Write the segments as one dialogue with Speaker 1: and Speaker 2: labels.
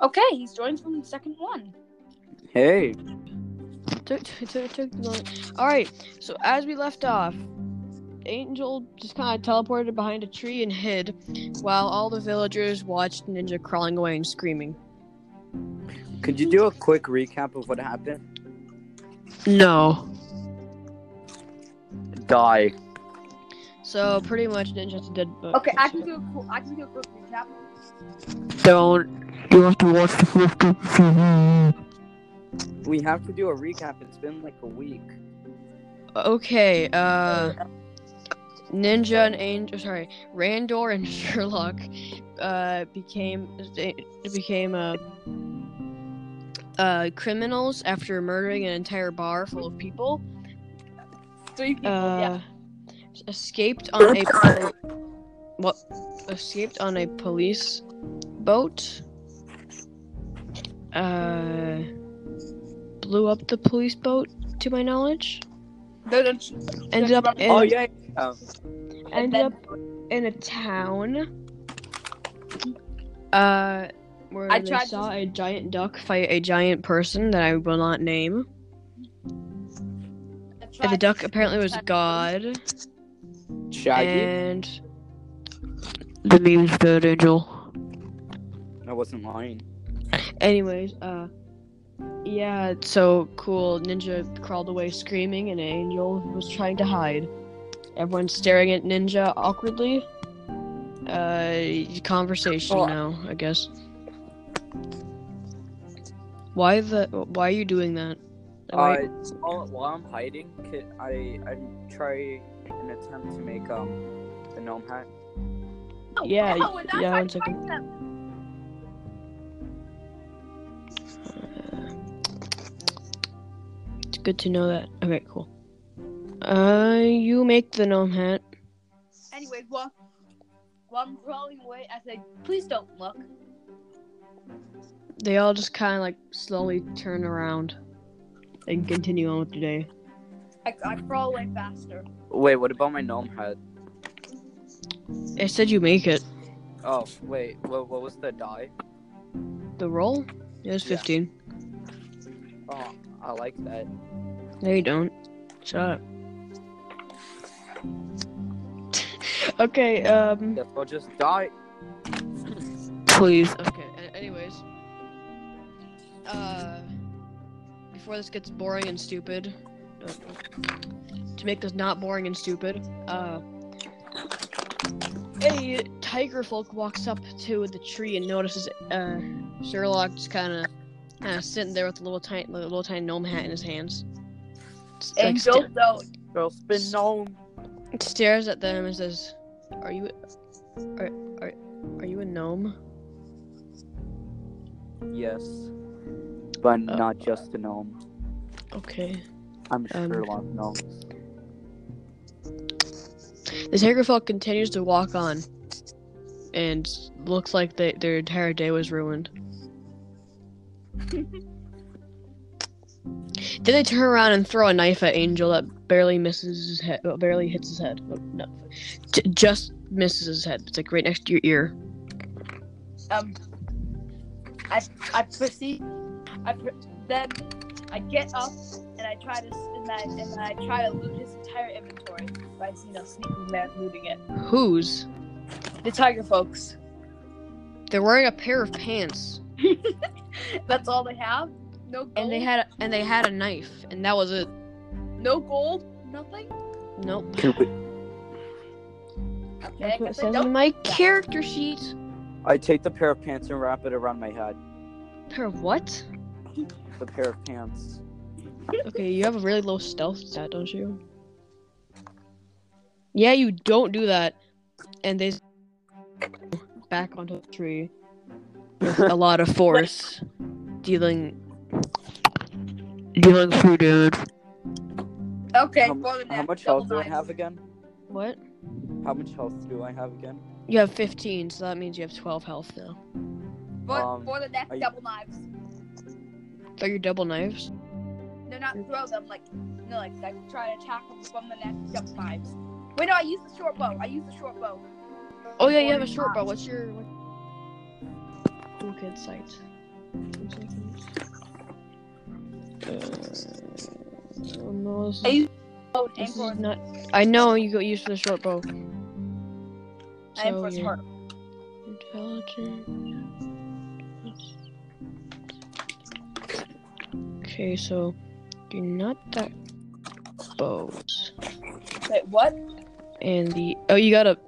Speaker 1: Okay, he's joined from the second one.
Speaker 2: Hey.
Speaker 3: Took, took, took, took the moment. All right. So as we left off, Angel just kind of teleported behind a tree and hid, while all the villagers watched Ninja crawling away and screaming.
Speaker 2: Could you do a quick recap of what happened?
Speaker 3: No.
Speaker 2: Die.
Speaker 3: So pretty much Ninja's dead. But
Speaker 1: Okay, I can do a cool, I can do a quick recap.
Speaker 3: Don't. You have to watch the first episode.
Speaker 2: We have to do a recap. It's been like a week.
Speaker 3: Okay. Uh. Ninja and Angel, sorry, Randor and Sherlock, uh, became they became uh, uh, criminals after murdering an entire bar full of people.
Speaker 1: Three people.
Speaker 3: Uh, escaped on a pol- what? Escaped on a police boat. Uh, blew up the police boat, to my knowledge.
Speaker 1: No, no, sh-
Speaker 3: Ended up in
Speaker 2: oh yeah. yeah.
Speaker 1: and
Speaker 3: ended
Speaker 1: then-
Speaker 3: up in a town. Uh, where
Speaker 1: I
Speaker 3: they
Speaker 1: tried to-
Speaker 3: saw a giant duck fight a giant person that I will not name.
Speaker 1: I
Speaker 3: And
Speaker 1: tried-
Speaker 3: the duck apparently
Speaker 1: Oh,
Speaker 3: was God.
Speaker 2: Shaggy.
Speaker 3: And the meme's bad angel.
Speaker 2: I wasn't lying.
Speaker 3: Anyways, uh, yeah, so cool. Ninja crawled away screaming, and Angel was trying to hide. Everyone's staring at Ninja awkwardly. Uh, conversation
Speaker 1: Cool.
Speaker 3: now, I guess. Why the? Why are you doing that?
Speaker 2: Uh,
Speaker 3: Why-
Speaker 2: while, while I'm hiding, could I I try an attempt to make um the gnome hat.
Speaker 1: No,
Speaker 3: yeah,
Speaker 1: no, we're not
Speaker 3: yeah,
Speaker 1: trying
Speaker 3: one
Speaker 1: to
Speaker 3: second.
Speaker 1: fight them.
Speaker 3: It's good to know that. Okay, cool. Uh, you make the gnome hat.
Speaker 1: Anyways, well, while I'm crawling away, I say, please don't look.
Speaker 3: They all just kind of like slowly turn around and continue on with the day.
Speaker 1: I, I crawl away faster.
Speaker 2: Wait, what about my gnome hat?
Speaker 3: I said you make it.
Speaker 2: Oh wait, what, what was the die?
Speaker 3: The roll? It was
Speaker 2: Yeah.
Speaker 3: 15.
Speaker 2: Oh, I like that.
Speaker 3: No, you don't. Shut up. okay, um.
Speaker 2: Guess I'll just die.
Speaker 3: Please. Okay, a- anyways. Uh. Before this gets boring and stupid. uh, To make this not boring and stupid, uh. A tiger folk walks up to the tree and notices, uh, Sherlock just kind of, kind of sitting there with a little tiny, little tiny gnome hat in his hands. Just, like,
Speaker 1: Angel,
Speaker 3: sta-
Speaker 1: don't.
Speaker 2: Girl, spin gnome.
Speaker 3: stares at them and says, "Are you, are, are, are you a gnome?"
Speaker 2: Yes, but
Speaker 3: Uh,
Speaker 2: not just a gnome.
Speaker 3: Okay.
Speaker 2: I'm
Speaker 3: um,
Speaker 2: Sherlock gnome.
Speaker 3: The Tigerfell continues to walk on, and looks like they, their entire day was ruined. then they turn around and throw a knife at Angel that barely misses his head, well, barely hits his head. Oh, no, J- just misses his head. It's like right next to your ear.
Speaker 1: Um, I I proceed. I pr- then I get up and I try to s- and I, and I try to loot his entire inventory by you know sneaking there and looting it.
Speaker 3: Who's?
Speaker 1: The tiger folks.
Speaker 3: They're wearing a pair of pants,
Speaker 1: That's all they have. No gold.
Speaker 3: and they had a, and they had a knife, and that was it.
Speaker 1: no gold. Nothing.
Speaker 3: Nope.
Speaker 2: Can we-
Speaker 1: Okay.
Speaker 3: That's what it
Speaker 1: 'cause they
Speaker 3: says
Speaker 1: don't-
Speaker 3: in my character sheet.
Speaker 2: I take the pair of pants and wrap it around my head.
Speaker 3: Pair of what?
Speaker 2: The pair of pants.
Speaker 3: Okay, you have a really low stealth stat, don't you? Yeah, you don't do that, and they back onto the tree. A lot of force, dealing dealing three damage.
Speaker 1: Okay.
Speaker 2: how,
Speaker 1: go to the
Speaker 2: how
Speaker 1: next
Speaker 2: much
Speaker 1: double
Speaker 2: health do I
Speaker 1: knife.
Speaker 2: have again?
Speaker 3: What?
Speaker 2: How much health do I have again?
Speaker 3: You have 15, so that means you have 12 health now.
Speaker 1: For,
Speaker 2: Um,
Speaker 1: for the next
Speaker 2: are you-
Speaker 1: double knives.
Speaker 3: Are your double knives?
Speaker 1: No, not throw them. Like no, like I try to attack them from the next double knives. Wait, no, I use the short bow. I use the short bow.
Speaker 3: Oh yeah, you have a short bow. What's your? What... Toolkit sight. oh no, this
Speaker 1: I
Speaker 3: is,
Speaker 1: use oh,
Speaker 3: this is
Speaker 1: Angkor's,
Speaker 3: not. I know you got used to the short bow.
Speaker 1: Angkor's
Speaker 3: you're
Speaker 1: heart.
Speaker 3: Intelligent. Okay, so you're not that bows.
Speaker 1: Wait, what?
Speaker 3: And the oh, you got a.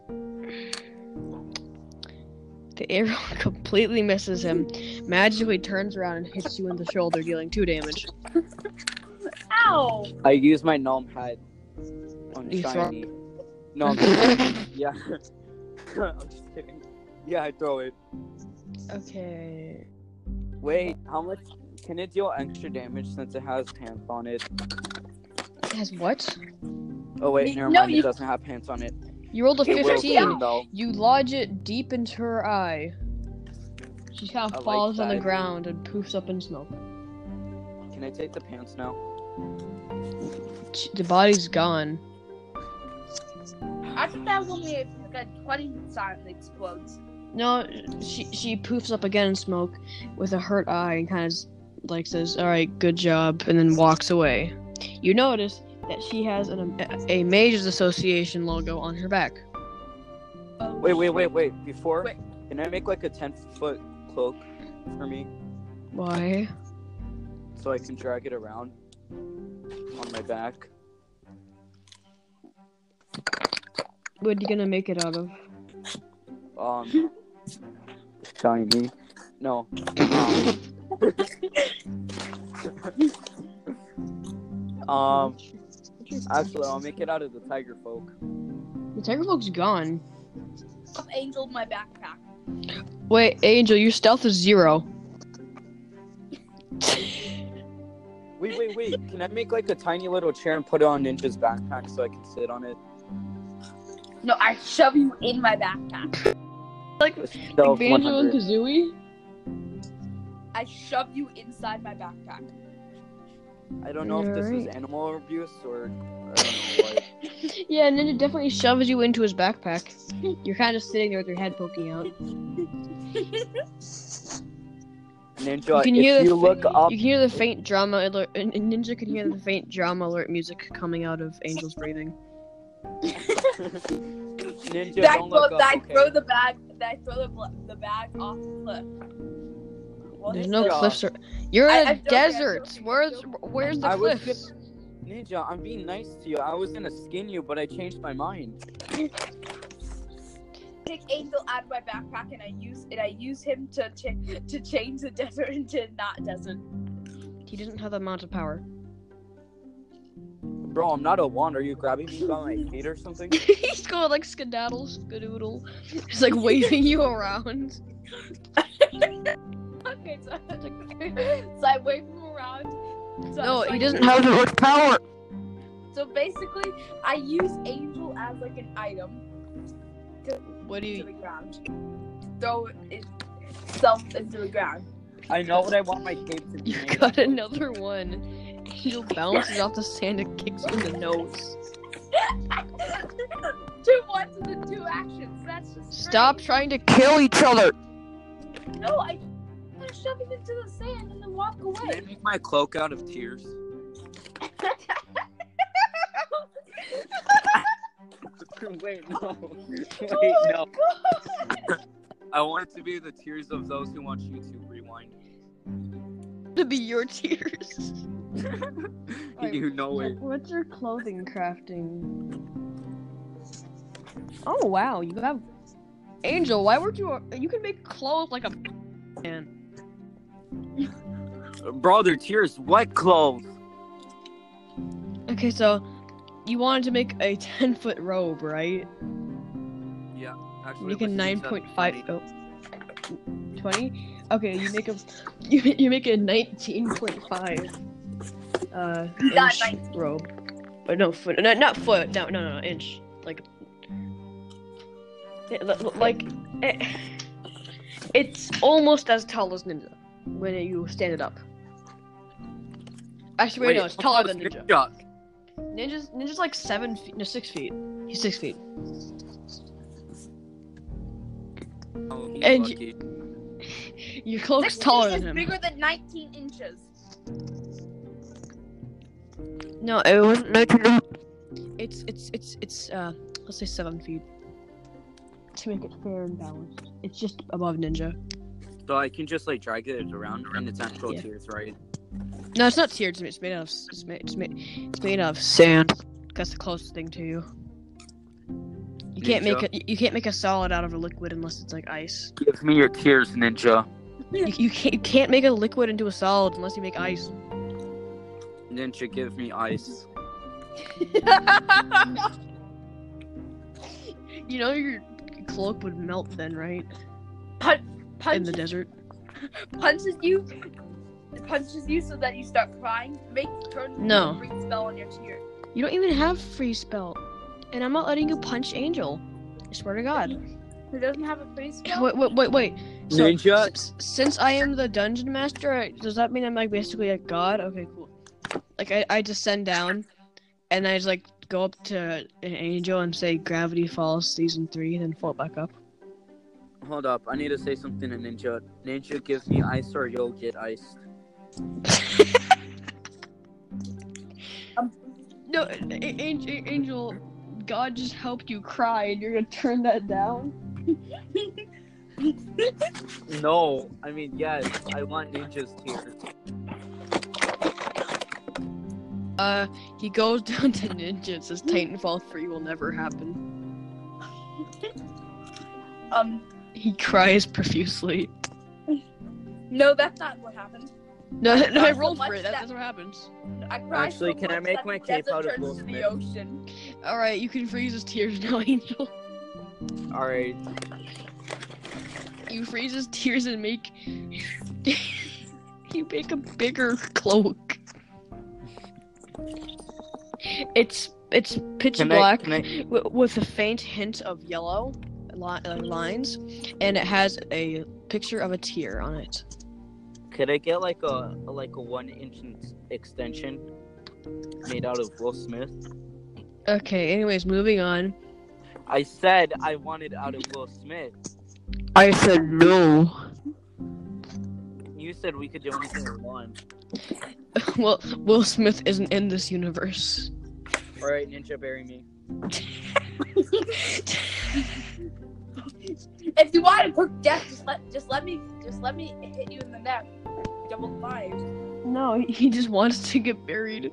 Speaker 3: The arrow completely misses him, magically turns around and hits you in the shoulder, dealing two damage.
Speaker 1: Ow!
Speaker 2: I use my gnome head on
Speaker 3: You throw-
Speaker 2: shiny. No, I'm just kidding. yeah. I'm just kidding. Yeah, I throw it.
Speaker 3: Okay.
Speaker 2: Wait, how much can it deal extra damage since it has pants on it?
Speaker 3: It has what?
Speaker 2: Oh wait,
Speaker 1: You-
Speaker 2: never
Speaker 1: no,
Speaker 2: mind.
Speaker 1: you-
Speaker 2: It doesn't have pants on it.
Speaker 3: You rolled a
Speaker 1: It
Speaker 2: It will
Speaker 3: 15.
Speaker 2: soon, though.
Speaker 3: You lodge it deep into her eye. She kind
Speaker 2: I
Speaker 3: of
Speaker 2: like
Speaker 3: falls on the
Speaker 2: that.
Speaker 3: ground and poofs up in smoke.
Speaker 2: Can I take the pants now?
Speaker 3: Sh- The body's gone.
Speaker 1: I thought that was only if it's got 20 sign that explodes.
Speaker 3: No, she she poofs up again in smoke with a hurt eye and kind of like says, "All right, good job," and then walks away. You notice that she has an, a, a Mages Association logo on her back.
Speaker 1: Oh,
Speaker 2: Wait, wait, wait, wait. Before,
Speaker 1: Wait.
Speaker 2: can I make like a ten foot cloak for me
Speaker 3: Why?
Speaker 2: so I can drag it around on my back?
Speaker 3: What are you gonna make it out of?
Speaker 2: Um, shiny. No. Um, um, actually, I'll make it out of the tiger folk.
Speaker 3: The Tiger Folk's gone.
Speaker 1: Up angel my backpack.
Speaker 3: Wait, Angel, your stealth is zero.
Speaker 2: Wait, wait, wait. Can I make like a tiny little chair and put it on Ninja's backpack so I can sit on it?
Speaker 1: No, I shove you in my backpack.
Speaker 3: Like
Speaker 2: So,
Speaker 3: Banjo and
Speaker 2: 100.
Speaker 3: Kazooie.
Speaker 1: I shove you inside my backpack.
Speaker 2: I don't know if this is
Speaker 3: Alright.
Speaker 2: animal abuse or. uh, I don't know what.
Speaker 3: Yeah, and then it definitely shoves you into his backpack. You're kind of sitting there with your head poking out.
Speaker 2: Ninja,
Speaker 3: You can
Speaker 2: if
Speaker 3: hear the
Speaker 2: you
Speaker 3: fa-
Speaker 2: look up,
Speaker 3: You can hear the faint drama alert. and- and Ninja can hear the faint drama alert music coming out of Angel's breathing.
Speaker 2: Ninja,
Speaker 1: Then I
Speaker 2: don't
Speaker 1: throw,
Speaker 2: look
Speaker 1: then I
Speaker 2: up.
Speaker 1: throw
Speaker 2: Okay.
Speaker 1: the bag. Then I throw the, bl- the bag off the cliff. Well,
Speaker 3: There's
Speaker 1: it's
Speaker 3: no
Speaker 1: the-
Speaker 2: Yeah.
Speaker 3: cliffs. Or- You're
Speaker 1: I-
Speaker 3: in
Speaker 1: I'm
Speaker 3: a
Speaker 1: joking, I'm
Speaker 3: desert.
Speaker 1: joking, I'm
Speaker 3: Where's
Speaker 1: joking.
Speaker 3: where's the
Speaker 2: I was
Speaker 3: cliffs?
Speaker 2: Ninja, I'm being nice to you. I was gonna skin you, but I changed my mind.
Speaker 1: Take Angel out of my backpack, and I use and I use him to cha- to change the desert into not desert.
Speaker 3: He doesn't have the amount of power.
Speaker 2: Bro, I'm not a wand. Are you grabbing me by my feet or something?
Speaker 3: He's going like skedaddle, skadoodle. He's like waving you around.
Speaker 1: Okay, so, so I wave him around. So, so
Speaker 3: No, he
Speaker 1: I-
Speaker 3: doesn't have the much power.
Speaker 1: So basically, I use Angel as like an item
Speaker 3: What do
Speaker 1: to
Speaker 3: you?
Speaker 1: the ground. Throw it- itself into the ground.
Speaker 2: I know what I want my cape to be.
Speaker 3: You
Speaker 2: made
Speaker 3: got
Speaker 2: of.
Speaker 3: another one. Angel bounces off the sand and kicks you in the nose.
Speaker 1: two ones and the two actions. That's just
Speaker 3: Stop
Speaker 1: great.
Speaker 3: trying to kill each other.
Speaker 1: No, I I shove him into the sand and then walk
Speaker 2: Can I
Speaker 1: away.
Speaker 2: make my cloak out of tears? Wait,
Speaker 3: Oh
Speaker 2: no. Wait, no. I want it to be the tears of those who watch YouTube rewind.
Speaker 3: To be your tears. Alright.
Speaker 2: You know it.
Speaker 3: What's your clothing crafting? Oh wow, you have Angel. Why weren't you? You can make clothes like a man.
Speaker 2: Bro, their tears. What clothes?
Speaker 3: Okay, so you wanted to make a ten foot robe, right?
Speaker 2: Yeah, actually.
Speaker 3: Make a
Speaker 2: what's
Speaker 3: nine
Speaker 2: the
Speaker 3: point five. Oh. 20? Okay, you make a you, you make a nineteen point five uh
Speaker 1: You got
Speaker 3: inch
Speaker 1: 19.
Speaker 3: robe, but no foot, no, not foot, no no no no, inch like Yeah, li- li- like eh, it's almost as tall as Ninja when you stand it up. Actually, wait,
Speaker 2: Wait,
Speaker 3: no, it's
Speaker 2: how
Speaker 3: taller
Speaker 2: tall
Speaker 3: than
Speaker 2: is
Speaker 3: Ninja.
Speaker 2: Ninja?
Speaker 3: Ninja's Ninja's like seven feet, no six feet. He's six feet.
Speaker 2: Oh, he's
Speaker 3: And
Speaker 2: Oh, lucky.
Speaker 3: Your cloak's
Speaker 1: 16
Speaker 3: taller
Speaker 1: is
Speaker 3: than him.
Speaker 1: bigger than 19 inches.
Speaker 3: No, it wasn't nineteen. It's it's it's it's uh let's say seven feet. To make it fair and balanced, it's just above ninja.
Speaker 2: So I can just like drag it around and it's actual
Speaker 3: Yeah.
Speaker 2: tears, right?
Speaker 3: No, it's not tiered. It's ma- it's made out of s- it's made it's made, it's made out of sand. That's the closest thing to you. You can't make
Speaker 2: Ninja.
Speaker 3: a you- you can't make a solid out of a liquid unless it's like ice.
Speaker 2: Give me your tears, Ninja.
Speaker 3: You, you can't you can't make a liquid into a solid unless you make ice.
Speaker 2: Ninja, give me ice.
Speaker 3: You know your cloak would melt then, right? In the
Speaker 1: Punch,
Speaker 3: desert.
Speaker 1: punches you, punches you so that you start crying. Make turn into
Speaker 3: No.
Speaker 1: a green spell on your tear.
Speaker 3: You don't even have free spell, and I'm not letting you punch Angel. I swear to God.
Speaker 1: He doesn't have a face spell.
Speaker 3: Wait, wait, wait, wait. So,
Speaker 2: Ninja?
Speaker 3: s- since I am the dungeon master, I- does that mean I'm like basically a god? Okay, cool. Like I, I descend down, and I just like go up to an angel and say Gravity Falls season three, then float back up.
Speaker 2: Hold up, I need to say something to Ninja. Ninja, give me ice or you'll get iced.
Speaker 3: No, angel, angel, God just helped you cry, and you're gonna turn that down.
Speaker 2: No, I mean yes, I want Ninja's tears.
Speaker 3: Uh, he goes down to Ninja and says Titanfall three will never happen.
Speaker 1: Um,
Speaker 3: He cries profusely.
Speaker 1: no, that's not what happened.
Speaker 3: No, no, I
Speaker 1: That's
Speaker 3: rolled
Speaker 1: the
Speaker 3: for it. That,
Speaker 1: one
Speaker 3: that's what happens.
Speaker 1: I cried
Speaker 2: Actually,
Speaker 1: so
Speaker 2: can I
Speaker 1: much
Speaker 2: make
Speaker 1: that
Speaker 2: my
Speaker 1: the
Speaker 2: cape
Speaker 1: desert
Speaker 2: out of
Speaker 1: turns
Speaker 2: Will
Speaker 1: to the
Speaker 2: Smith?
Speaker 1: ocean?
Speaker 3: All right, you can freeze his tears now, Angel.
Speaker 2: Alright.
Speaker 3: You freeze his tears and make you make a bigger cloak. It's it's pitch black wi- with a faint hint of yellow li- uh, lines, and it has a picture of a tear on it.
Speaker 2: Could I get like a like a one inch in- extension made out of Will Smith?
Speaker 3: Okay. Anyways, moving on.
Speaker 2: I said I wanted out of Will Smith.
Speaker 3: I said no.
Speaker 2: You said we could do anything we want.
Speaker 3: well, Will Smith isn't in this universe.
Speaker 2: Alright, Ninja, bury me.
Speaker 1: If you want a quick death, just let just let me just let me hit you in the neck. Double five.
Speaker 3: No, he- he just wants to get buried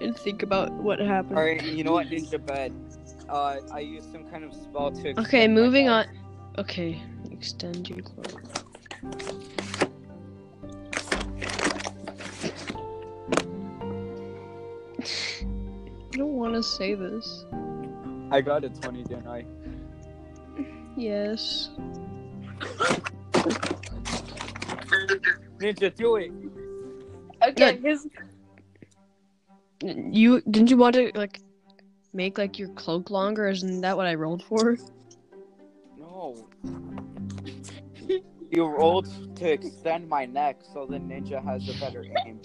Speaker 3: and think about what happened.
Speaker 2: Alright, you know what, Ninja Bed? Uh, I used some kind of spell to.
Speaker 3: Okay, moving on. Okay, extend your cloak. I don't want to say this.
Speaker 2: I got a 20, didn't I?
Speaker 3: Yes.
Speaker 2: Ninja, do it!
Speaker 1: Okay, his
Speaker 3: N- You didn't you want to like make like your cloak longer? Isn't that what I rolled for?
Speaker 2: No. you rolled to extend my neck so the ninja has a better aim.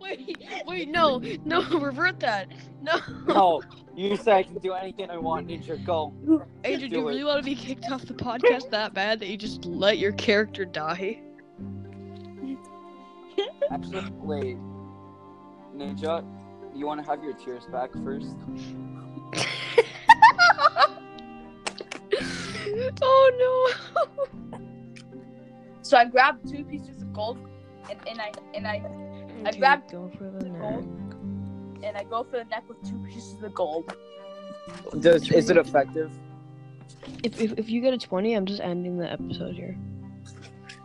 Speaker 3: wait, wait, no, no, revert that. No.
Speaker 2: No, you said I can do anything I want, ninja. Go.
Speaker 3: Adrian, do
Speaker 2: Do
Speaker 3: you
Speaker 2: it.
Speaker 3: really want to be kicked off the podcast that bad that you just let your character die?
Speaker 2: Actually, wait. Ninja, you want to have your tears back first?
Speaker 3: oh no!
Speaker 1: so I grabbed two pieces of gold and, and I and I Okay, grabbed-
Speaker 3: Go for
Speaker 1: the gold and I go for the neck with two pieces of gold.
Speaker 2: Does is it effective?
Speaker 3: If, if if you get a twenty, I'm just ending the episode here.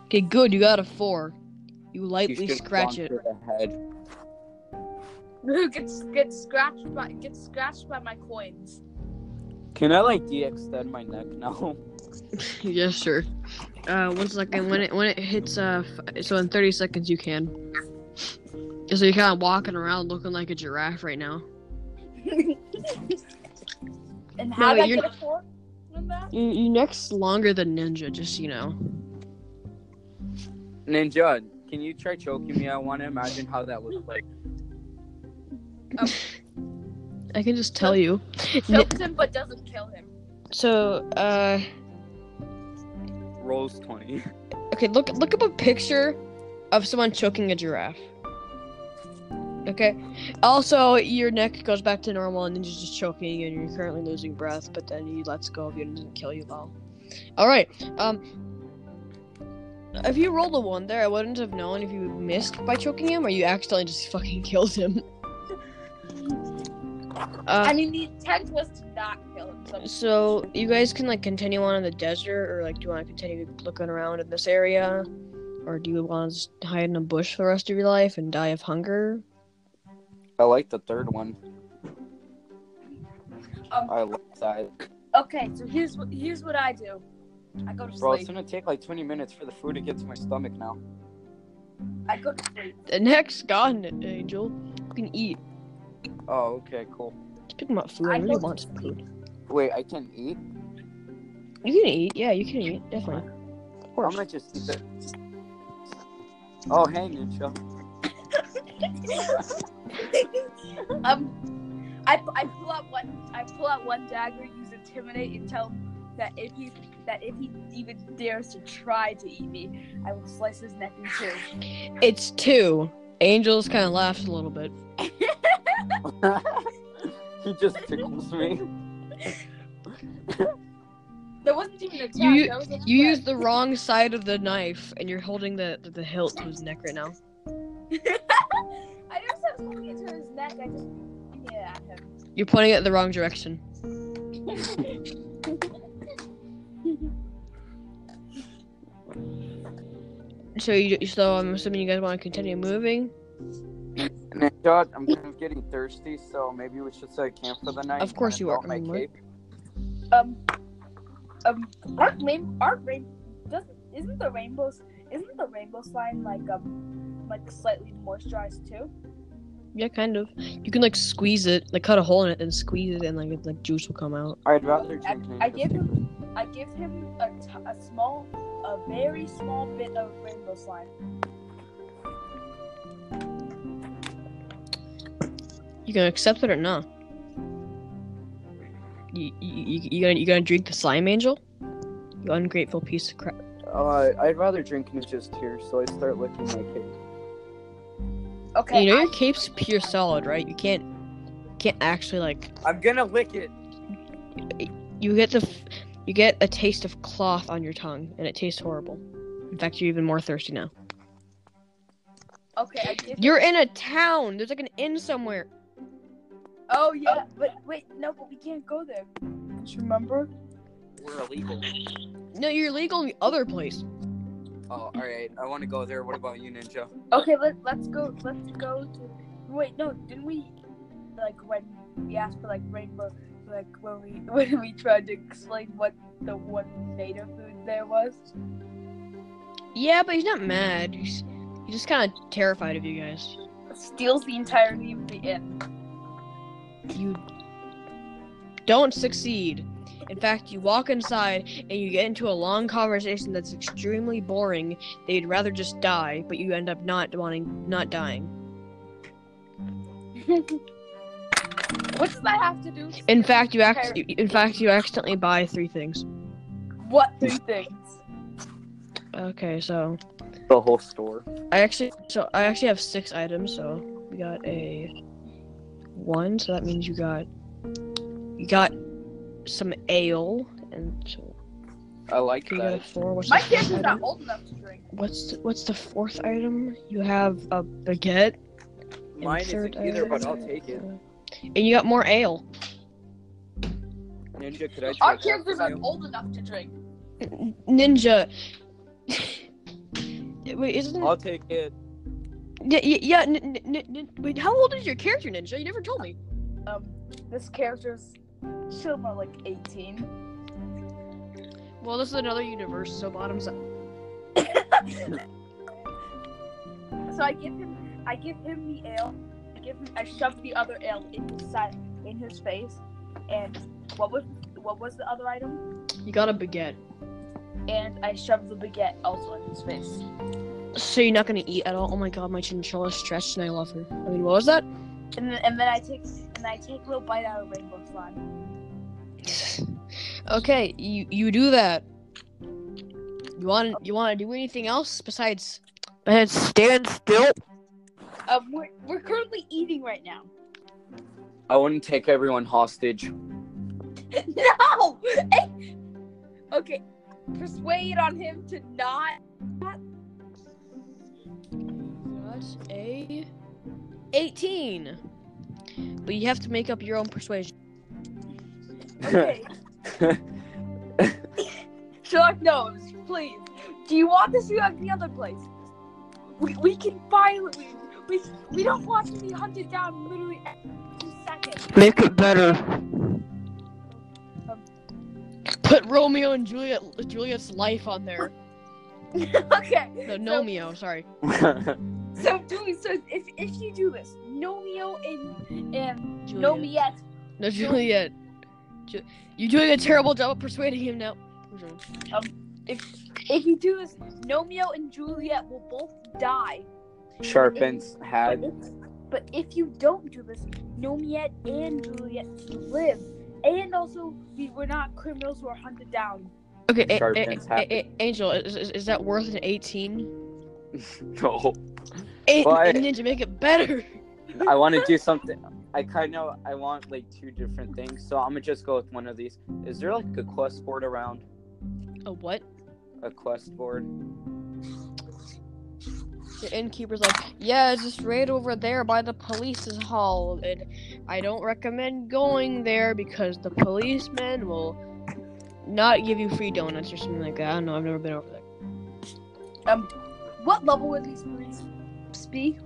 Speaker 3: Okay, good. You got a four. You lightly scratch it.
Speaker 2: The head.
Speaker 1: gets gets scratched by gets scratched by my coins.
Speaker 2: Can I like de-extend my neck now?
Speaker 3: yes, sure. Uh, one second. When it when it hits uh, f- so in thirty seconds you can. So you're kind of walking around looking like a giraffe right now.
Speaker 1: And how did I
Speaker 3: you're-
Speaker 1: get a four on that?
Speaker 3: You, you next longer than Ninja, just you know.
Speaker 2: Ninja, can you try choking me? I want to imagine how that looks like.
Speaker 3: I can just tell you.
Speaker 1: Chokes him but doesn't kill him.
Speaker 3: So, uh,
Speaker 2: Rolls twenty.
Speaker 3: Okay, look look up a picture of someone choking a giraffe. Okay. Also, your neck goes back to normal, and then you're just choking, and you're currently losing breath. But then he lets go of you and doesn't kill you. Lol. All right. Um, if you rolled a one there, I wouldn't have known if you missed by choking him or you accidentally just fucking killed him.
Speaker 1: I
Speaker 3: Uh,
Speaker 1: mean, the intent was to not kill him. So
Speaker 3: so you guys can like continue on in the desert, or like, do you want to continue looking around in this area, or do you want to hide in a bush for the rest of your life and die of hunger?
Speaker 2: I like the third one.
Speaker 1: Um,
Speaker 2: I like that.
Speaker 1: okay, so here's what here's what I do. I go to
Speaker 2: Bro, it's
Speaker 1: sleep.
Speaker 2: gonna take like 20 minutes for the food to get to my stomach now.
Speaker 1: I go to sleep.
Speaker 3: The neck's gone, Angel. You can eat.
Speaker 2: Oh, okay, cool.
Speaker 3: Speaking about food, I
Speaker 1: I
Speaker 3: really
Speaker 1: don't
Speaker 3: want some food.
Speaker 2: Wait, I can eat?
Speaker 3: You can eat, yeah, you can eat, definitely. Of
Speaker 2: I'm
Speaker 3: course.
Speaker 2: gonna just eat it. Oh, hey, Ninja.
Speaker 1: um, I, I pull out one I pull out one dagger, use intimidate, and tell him that if he that if he even dares to try to eat me, I will slice his neck in two.
Speaker 3: It's two. Angel's kind of laughs a little bit.
Speaker 2: he just tickles me.
Speaker 1: There wasn't even a tag.
Speaker 3: You-
Speaker 1: that was a
Speaker 3: You
Speaker 1: threat.
Speaker 3: used the wrong side of the knife, and you're holding the the hilt to his neck right now.
Speaker 1: I just have something into his neck. I just pointed at him.
Speaker 3: You're pointing it the wrong direction. So you so I'm assuming you guys want to continue moving.
Speaker 2: Ninja, I'm kind of getting thirsty, so maybe we should set a camp for the night.
Speaker 3: Of course
Speaker 2: and
Speaker 3: you are,
Speaker 2: throw out My
Speaker 3: Emily.
Speaker 2: cape.
Speaker 1: Um, um, aren't rain, aren't rain, doesn't isn't the rainbow, isn't the rainbow slime like um, like slightly moisturized too?
Speaker 3: Yeah, kind of. You can like squeeze it, like cut a hole in it and squeeze it, and like it- like juice will come out.
Speaker 2: I'd rather
Speaker 1: I,
Speaker 2: drink Ninja's
Speaker 1: I give him, I give him a, t- a small, a very small bit of rainbow slime.
Speaker 3: You can accept it or not. You you you, you gonna you gonna drink the slime angel? You ungrateful piece of crap.
Speaker 2: Uh, I'd rather drink Ninja's tears, so I start licking my cape.
Speaker 1: Okay,
Speaker 3: you know
Speaker 1: I-
Speaker 3: your cape's pure solid, right? You can't can't actually like
Speaker 2: I'm gonna lick it.
Speaker 3: you get the f- you get a taste of cloth on your tongue, and it tastes horrible. In fact, you're even more thirsty now.
Speaker 1: okay, I give.
Speaker 3: You're in a town. There's like an inn somewhere.
Speaker 1: oh yeah, but wait, no, but we can't go there. Just remember.
Speaker 2: We're illegal.
Speaker 3: No, you're legal in the other place.
Speaker 2: Oh, all right. I want to go there. What about you, Ninja?
Speaker 1: Okay, let let's go. Let's go to. Wait, no, didn't we? Like when we asked for like rainbow, like when we when we tried to explain what the one native food there was.
Speaker 3: Yeah, but he's not mad. He's, he's just kind of terrified of you guys.
Speaker 1: Steals the entirety of the inn.
Speaker 3: You don't succeed. In fact, you walk inside and you get into a long conversation that's extremely boring. They'd rather just die, but you end up not wanting not dying.
Speaker 1: What does that have to do? with
Speaker 3: In fact, you act.
Speaker 1: Okay.
Speaker 3: In fact, you accidentally buy three things.
Speaker 1: what three things?
Speaker 3: Okay, so
Speaker 2: The whole store.
Speaker 3: I actually, so I actually have six items. So we got a one. So that means you got you got some ale, and so
Speaker 2: I like
Speaker 3: you got a
Speaker 2: that.
Speaker 3: four. What's
Speaker 1: My
Speaker 3: the fourth
Speaker 1: kid's
Speaker 3: item?
Speaker 1: not old enough to drink.
Speaker 3: What's the, what's the fourth item? You have a baguette. and
Speaker 2: Mine isn't
Speaker 3: third
Speaker 2: either, but I'll
Speaker 3: item- Uh,
Speaker 2: take it.
Speaker 3: And you got more ale.
Speaker 2: Ninja, could I try
Speaker 1: Our kids are not old enough to drink.
Speaker 3: Ninja. Wait, isn't
Speaker 2: I'll take it.
Speaker 3: Yeah, yeah, yeah n- n- n- n- wait, how old is your character, Ninja? You never told me.
Speaker 1: Um, this character's still more like eighteen.
Speaker 3: Well, this is another universe, so bottoms up.
Speaker 1: So I give him, I give him the ale. I give him, I shove the other ale in his side, in his face. And what was, what was the other item?
Speaker 3: You got a baguette.
Speaker 1: And I shove the baguette also in his face.
Speaker 3: So you're not gonna eat at all? Oh my god, my chinchilla's stretched and I love her. I mean, what was that?
Speaker 1: And then, and then I take, and I take a little bite out of rainbow slime.
Speaker 3: okay, you you do that. You want you want to do anything else besides besides stand still?
Speaker 1: Um, we're, we're currently eating right now.
Speaker 2: I wouldn't take everyone hostage.
Speaker 1: no! okay, persuade on him to not.
Speaker 3: That's a eighteen. But you have to make up your own persuasion.
Speaker 1: Okay. Sherlock Gnomes, please. Do you want this? You have the other place. We, we can finally. We, we don't want to be hunted down literally every second.
Speaker 3: Make it better. Put Romeo and Juliet Juliet's life on there.
Speaker 1: okay.
Speaker 3: No, Nomeo, sorry.
Speaker 1: So, do so if, if you do this, Nomeo and, and
Speaker 3: Juliet.
Speaker 1: Nomiet.
Speaker 3: No, Juliet. Ju- You're doing a terrible job of persuading him now.
Speaker 1: If if you do this, Nomeo and Juliet will both die.
Speaker 2: Sharpens
Speaker 1: But
Speaker 2: had.
Speaker 1: if, but if you don't do this, Nomiet and Juliet live. And also, we were not criminals who are hunted down.
Speaker 3: Okay, a-
Speaker 2: Sharp
Speaker 3: a-
Speaker 2: ends
Speaker 3: a-
Speaker 2: happen.
Speaker 3: a- Angel, is, is, is that worth an 18?
Speaker 2: No.
Speaker 3: Eight,
Speaker 2: Why?
Speaker 3: Ninja, make it better.
Speaker 2: I want to do something. I kind of I want like two different things, so I'm gonna just go with one of these. Is there like a quest board around?
Speaker 3: A what?
Speaker 2: A quest board?
Speaker 3: The innkeeper's like, yeah, it's just right over there by the police's hall, and I don't recommend going there because the policemen will not give you free donuts or something like that. I don't know. I've never been over there.
Speaker 1: What level would these police be?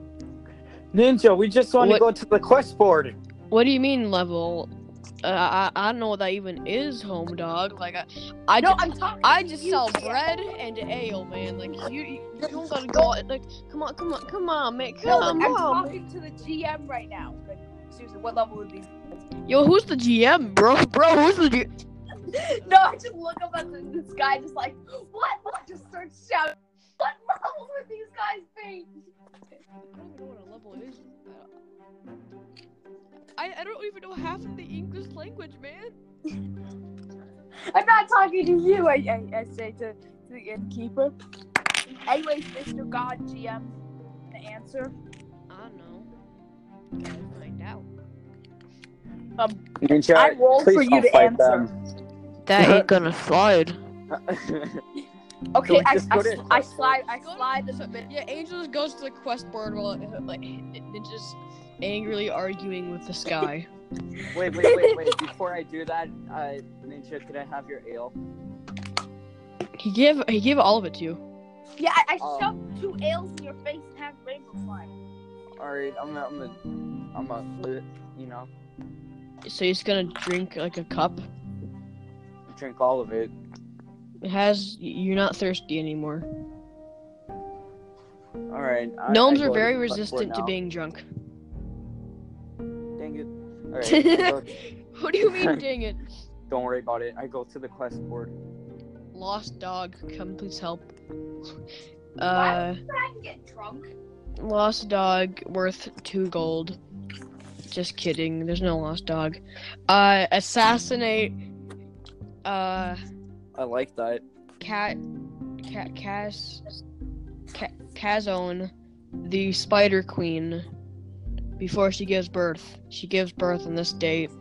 Speaker 2: Ninja, we just want
Speaker 3: wanna
Speaker 2: to go
Speaker 3: What- go
Speaker 2: to the quest board.
Speaker 3: What do you mean level? Uh, I I don't know what that even is, home dog. Like I, I
Speaker 1: No,
Speaker 3: ju-
Speaker 1: I'm talking.
Speaker 3: I just
Speaker 1: you
Speaker 3: sell
Speaker 1: can't-
Speaker 3: bread and ale, man. Like you, you you don't gotta go. Like come on, come on, come on, man,
Speaker 1: No,
Speaker 3: come
Speaker 1: like, I'm
Speaker 3: on.
Speaker 1: talking to the GM right now. Like, seriously, what level would these?
Speaker 3: Yo, who's the GM, bro? Bro, who's the G-
Speaker 1: no, I just look up at this, this guy, just like what? What? Just start shouting. What level would these guys be?
Speaker 3: I don't even know what a level is. I, I don't even know half of the English language, man.
Speaker 1: I'm not talking to you. I I, I say to, to the innkeeper. Anyways, Mr. God GM, the answer.
Speaker 3: I don't know. Gotta find out.
Speaker 2: Um, Ninja,
Speaker 1: I rolled for
Speaker 2: please
Speaker 1: you
Speaker 2: don't
Speaker 1: to
Speaker 2: fight
Speaker 1: answer.
Speaker 2: them.
Speaker 3: That ain't gonna slide.
Speaker 2: Can
Speaker 1: Okay,
Speaker 2: we
Speaker 1: I,
Speaker 2: just
Speaker 1: I,
Speaker 2: go to
Speaker 1: sl-
Speaker 2: the
Speaker 1: I
Speaker 2: quest
Speaker 1: slide I slide this a bit.
Speaker 3: Yeah, Angel just goes to the quest board while uh, like just angrily arguing with this guy.
Speaker 2: wait, wait, wait, wait. Before I do that, uh, Ninja, could I have your ale?
Speaker 3: he gave he gave all of it to you.
Speaker 1: Yeah, I, I
Speaker 2: Oh.
Speaker 1: shoved two ales in your face and had rainbow flying.
Speaker 2: All right, I'm gonna, I'm gonna, I'm gonna, you know,
Speaker 3: So he's gonna drink like a cup.
Speaker 2: drink all of it.
Speaker 3: It has you're not thirsty anymore.
Speaker 2: All right. I-
Speaker 3: Gnomes
Speaker 2: I
Speaker 3: are
Speaker 2: go to
Speaker 3: very
Speaker 2: the quest board
Speaker 3: resistant to
Speaker 2: now.
Speaker 3: being drunk.
Speaker 2: Dang it. All right. I go-
Speaker 3: What do you mean, dang it?
Speaker 2: don't worry about it. I go to the quest board.
Speaker 3: Lost dog, come please help.
Speaker 1: Why
Speaker 3: Uh,
Speaker 1: I can get drunk.
Speaker 3: lost dog worth two gold. Just kidding. There's no lost dog. Uh, assassinate. Uh,
Speaker 2: I like that.
Speaker 3: cat, cat, Cas, Ca- Kazone, the spider queen. Before she gives birth, she gives birth on this date,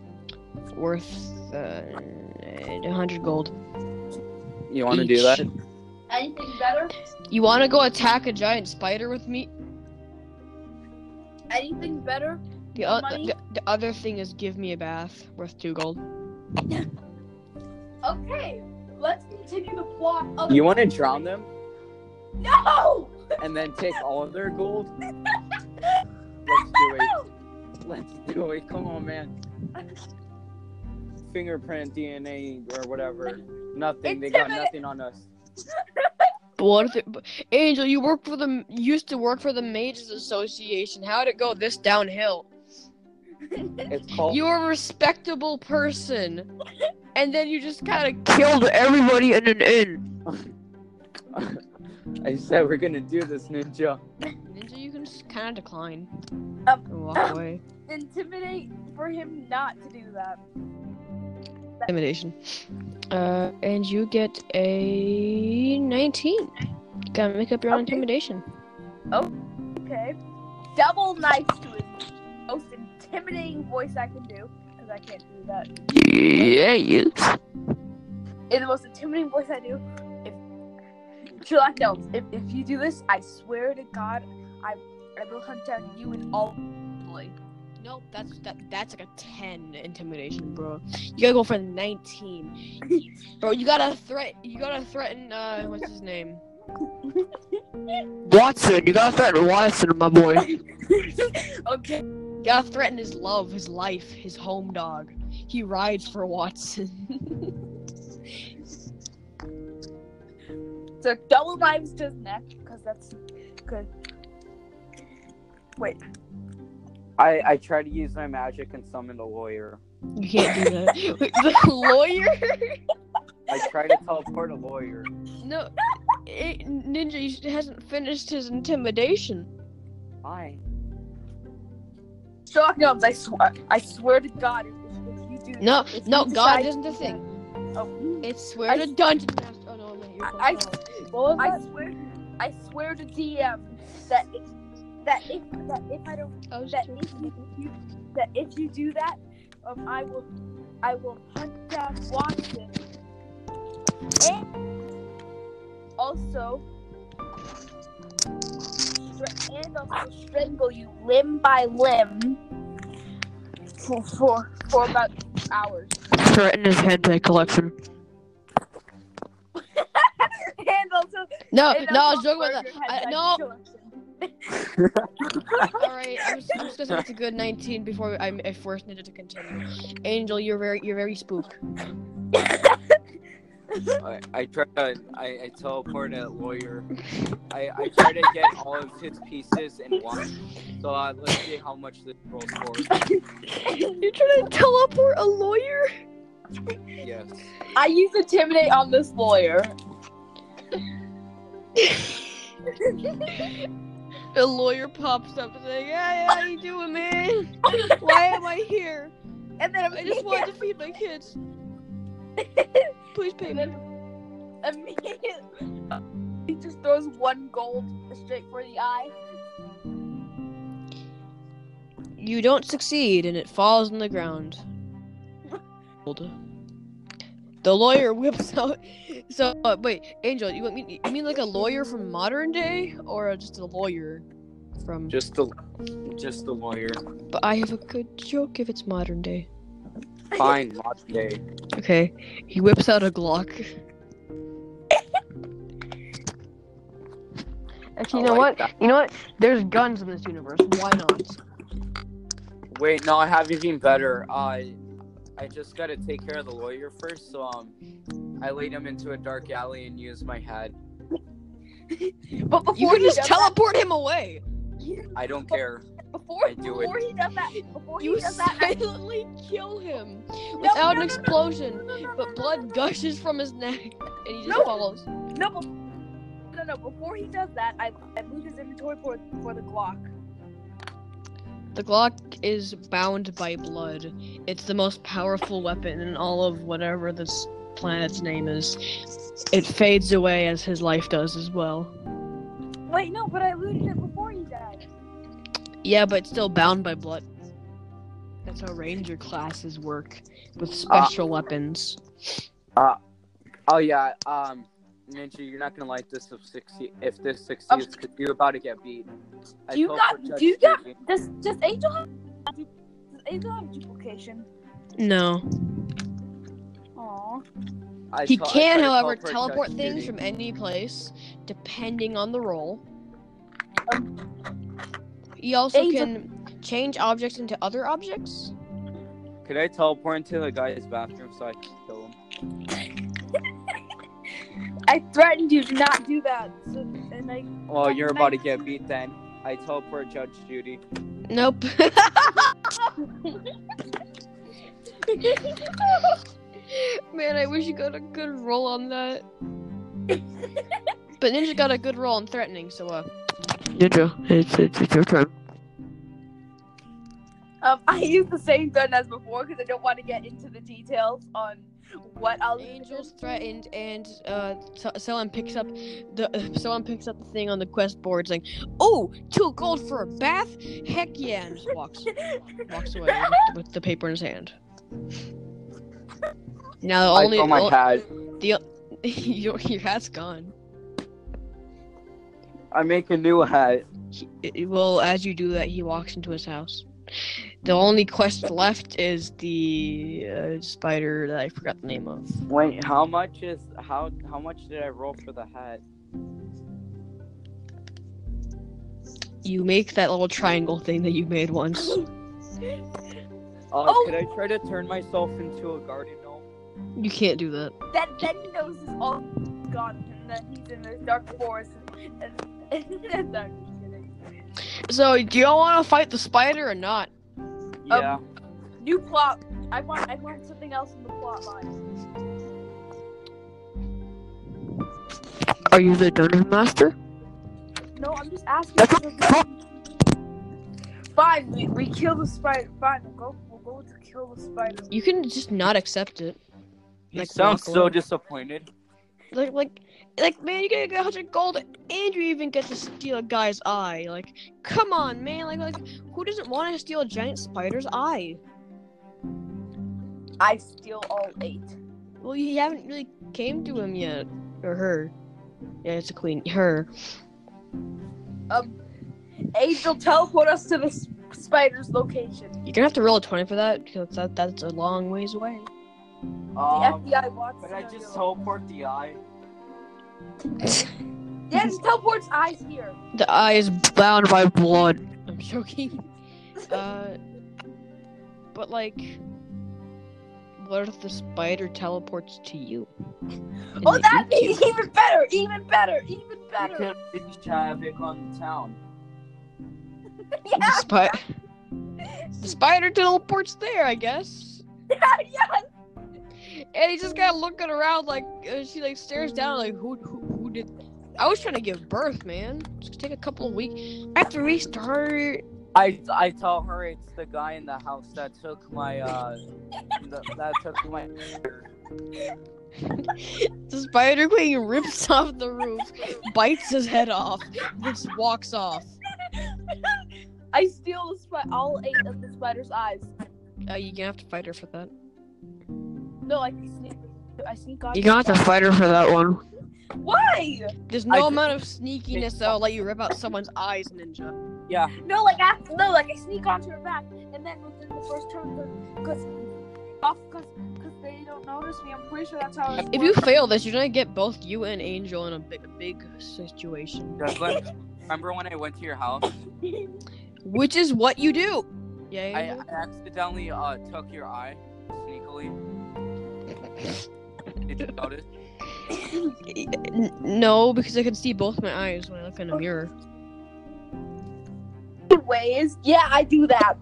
Speaker 3: worth uh, hundred gold.
Speaker 2: You want to
Speaker 3: Each.
Speaker 2: do that?
Speaker 1: Anything better?
Speaker 3: You want to go attack a giant spider with me?
Speaker 1: Anything better?
Speaker 3: The,
Speaker 1: More
Speaker 3: o-
Speaker 1: money?
Speaker 3: the, the other thing is give me a bath worth two gold.
Speaker 1: Okay, let's continue the plot. Of
Speaker 2: You want to drown them
Speaker 1: No!
Speaker 2: and then take all of their gold? Let's do it. Let's do it. Come on, man. Fingerprint DNA or whatever. Nothing. They got
Speaker 1: Intimidate-
Speaker 2: nothing on us.
Speaker 3: But what if it, but- Angel? You work for the you used to work for the Mages Association. How'd it go this downhill?
Speaker 2: It's called.
Speaker 3: You're a respectable person, and then you just kind of killed everybody in an inn.
Speaker 2: I said we're gonna do this, ninja.
Speaker 3: Ninja, you can just kind of decline
Speaker 1: Um,
Speaker 3: and walk away.
Speaker 1: Intimidate for him not to do that.
Speaker 3: intimidation. Uh, and you get a 19. Gotta make up your own
Speaker 1: Okay.
Speaker 3: intimidation.
Speaker 1: Okay. Double knife to his most intimidating voice I can do, because I can't do that.
Speaker 3: Yeah, yes.
Speaker 1: In the most intimidating voice I do, if Sherlock Gnomes, if, if you do this, I swear to God, I, I will hunt down you and all.
Speaker 3: Nope, that's that, that's like a 10 intimidation, bro. You gotta go for 19. bro, you gotta threat you gotta threaten uh what's his name? Watson, you gotta threaten Watson, my boy.
Speaker 1: okay.
Speaker 3: You gotta threaten his love, his life, his home dog. He rides for Watson.
Speaker 1: So double knives to his neck, because that's good.
Speaker 2: I, I try to use my magic and summon a lawyer.
Speaker 3: you can't do that. the lawyer?
Speaker 2: I try to teleport a lawyer.
Speaker 3: No, it, Ninja hasn't finished his intimidation.
Speaker 2: Hi.
Speaker 1: Sherlock Gnomes, I swear, I swear to God, if, if you do this,
Speaker 3: No,
Speaker 1: if
Speaker 3: no,
Speaker 1: you
Speaker 3: God
Speaker 1: decide-
Speaker 3: isn't the thing.
Speaker 1: Oh,
Speaker 3: It's swear to dungeon master. Oh no, no, you're
Speaker 1: I-
Speaker 3: fine.
Speaker 1: I swear, I swear to DM that if, that if that if I don't
Speaker 3: I was
Speaker 1: that
Speaker 3: joking.
Speaker 1: if you, you that if you do that, um, I will I will hunt down Watson. And also, stra- and also strangle you limb by limb for for, for about hours.
Speaker 3: threaten his hentai collection.
Speaker 1: and also,
Speaker 3: No,
Speaker 1: and
Speaker 3: Uh, no, I was
Speaker 1: also
Speaker 3: joking about that.
Speaker 1: murder
Speaker 3: I,
Speaker 1: has
Speaker 3: no,
Speaker 1: collection.
Speaker 3: all right, I'm just, I'm just gonna say it's a good 19 before I'm I force Ninja to continue. Angel, you're very, you're very spook.
Speaker 2: I, I try to I, I teleport a lawyer. I, I try to get all of his pieces in one. So uh, let's see how much this rolls for.
Speaker 3: you're trying to teleport a lawyer.
Speaker 2: Yes.
Speaker 1: I use intimidate on this lawyer.
Speaker 3: A lawyer pops up and says, "Yeah, how you doing, man? Why am I here?
Speaker 1: And then
Speaker 3: I just wanted to feed my kids. Please pay
Speaker 1: and
Speaker 3: me."
Speaker 1: then immediately he just throws one gold straight for the eye.
Speaker 3: You don't succeed, and it falls on the ground. The lawyer whips out. So uh, wait, Angel, you mean you mean like a lawyer from modern day, or just a lawyer from?
Speaker 2: Just the just the lawyer.
Speaker 3: But I have a good joke if it's modern day.
Speaker 2: Fine, lots day.
Speaker 3: Okay, he whips out a Glock. Actually, you know
Speaker 2: I like
Speaker 3: what? You know what? There's guns in this universe. Why not?
Speaker 2: Wait, no, I have even better. I I just gotta take care of the lawyer first, so um I lead him into a dark alley and use my head.
Speaker 1: But before
Speaker 3: You can
Speaker 1: he
Speaker 3: just
Speaker 1: does
Speaker 3: teleport him away.
Speaker 2: I don't care.
Speaker 1: that, before,
Speaker 2: I do it.
Speaker 1: before he does that, before
Speaker 3: You
Speaker 1: Oh, he does that, I-
Speaker 3: silently kill him without an explosion, but blood gushes from his neck, and he just
Speaker 1: No.
Speaker 3: falls.
Speaker 1: no, no, no, no, before he does that, I, I move his inventory for for the Glock.
Speaker 3: The Glock is bound by blood. It's the most powerful weapon in all of whatever this planet's name is. It fades away as his life does as well.
Speaker 1: Wait, no, but I looted it before he died.
Speaker 3: Yeah, but it's still bound by blood. That's how ranger classes work
Speaker 1: Uh,
Speaker 3: with special weapons.
Speaker 2: Oh yeah, um Ninja, you're not gonna like this if succeed if this succeeds because you're about to get beat. I
Speaker 1: You
Speaker 2: hope
Speaker 1: got-
Speaker 2: for Judge
Speaker 1: you got-
Speaker 2: Judy.
Speaker 1: Does does Angel have du- does Angel have duplication?
Speaker 3: No.
Speaker 1: Aw.
Speaker 2: I
Speaker 3: He
Speaker 2: tel- I
Speaker 3: can,
Speaker 2: try to
Speaker 3: however, teleport
Speaker 2: Judge
Speaker 3: things
Speaker 2: Judy.
Speaker 3: from any place, depending on the role. He also
Speaker 1: Angel-
Speaker 3: can change objects into other objects.
Speaker 2: Could I teleport into the guy's bathroom so I can kill him?
Speaker 1: I threatened you to not do that, so, and I
Speaker 2: Well, you're about to get beat then. I teleport Judge Judy.
Speaker 3: Nope. Man, I wish you got a good roll on that. but Ninja got a good roll on threatening, so uh. Ninja, it's it's, it's your turn.
Speaker 1: Um, I use the same gun as before because I don't want to get into the details on what I'll
Speaker 3: Angel's threatened, and uh, so- someone picks up the uh, someone picks up the thing on the quest board, saying, "Oh, two gold for a bath? Heck yeah!" and just walks walks away with, with the paper in his hand. Now the only
Speaker 2: I throw my
Speaker 3: the-
Speaker 2: hat.
Speaker 3: your your hat's gone.
Speaker 2: I make a new hat.
Speaker 3: He, it- well, as you do that, he walks into his house. The only quest left is the uh, spider that I forgot the name of.
Speaker 2: Wait, how much is how how much did I roll for the hat?
Speaker 3: You make that little triangle thing that you made once.
Speaker 2: Uh,
Speaker 1: Oh.
Speaker 2: Could I try to turn myself into a garden gnome?
Speaker 3: You can't do that.
Speaker 1: Then, then he knows it's all gone, and then he's in this dark forest. And, and, and no, I'm just kidding.
Speaker 3: So, do y'all want to fight the spider or not?
Speaker 2: Yeah.
Speaker 1: New plot. I want. I want something else in the plot line.
Speaker 3: Are you the dungeon master?
Speaker 1: No, I'm just asking. for- Fine, we, we kill the spider. Fine, we'll go. We'll go to kill the spider.
Speaker 3: You can just not accept it.
Speaker 2: you
Speaker 3: Like,
Speaker 2: sound
Speaker 3: walk
Speaker 2: so
Speaker 3: away.
Speaker 2: disappointed.
Speaker 3: Like, like, like, man, you gotta get a hundred gold, and you even get to steal a guy's eye. Like, come on, man. Like, like, who doesn't want to steal a giant spider's eye?
Speaker 1: I steal all eight.
Speaker 3: Well, you haven't really came to him yet, or her. Yeah, it's a queen. Her.
Speaker 1: Um, Angel, teleport us to the s- spider's location.
Speaker 3: You're gonna have to roll a twenty for that because that that's a long ways away.
Speaker 1: The
Speaker 2: Um,
Speaker 1: FBI wants.
Speaker 2: could
Speaker 1: to
Speaker 2: I
Speaker 1: know
Speaker 2: just
Speaker 1: you're-
Speaker 2: teleport the eye?
Speaker 1: Yeah, just teleport's eyes here.
Speaker 3: The eye is bound by blood. I'm joking. Uh, but like, what if the spider teleports to you? And
Speaker 1: Oh,
Speaker 3: you
Speaker 1: that
Speaker 3: eat
Speaker 1: means even better, even better, even
Speaker 2: You
Speaker 1: better.
Speaker 2: can wreak havoc on the town.
Speaker 3: the
Speaker 1: Yeah,
Speaker 3: spider. the spider teleports there, I guess.
Speaker 1: yeah.
Speaker 3: And he's just kind of looking around, like uh, she like stares down, like who who, who did? I was trying to give birth, man. Just take a couple of weeks. I have to restart.
Speaker 2: I I tell her it's the guy in the house that took my uh the, that took my
Speaker 3: The Spider Queen rips off the roof, bites his head off, and just walks off.
Speaker 1: I steal the spi- all eight of the spider's eyes.
Speaker 3: Uh, you're gonna have to fight her for that.
Speaker 1: No, I sneak. I sneak on.
Speaker 3: fight her for that one.
Speaker 1: Why?
Speaker 3: There's no
Speaker 2: I-
Speaker 3: amount of sneakiness that'll let you rip out someone's eyes, Ninja.
Speaker 1: No, like I no, like I sneak onto her back, and then within the first turn, because off, because because they don't notice me. I'm pretty sure that's how. It
Speaker 3: If you
Speaker 1: works.
Speaker 3: fail this, you're gonna get both you and Angel in a big, big situation,
Speaker 2: Devlin, remember when I went to your house?
Speaker 3: which is what you do. Yeah.
Speaker 2: I, I
Speaker 3: Angel?
Speaker 2: accidentally uh took your eye sneakily. Did you notice?
Speaker 3: N- no, because I can see both my eyes when I look in a mirror.
Speaker 1: ways, yeah, I do that.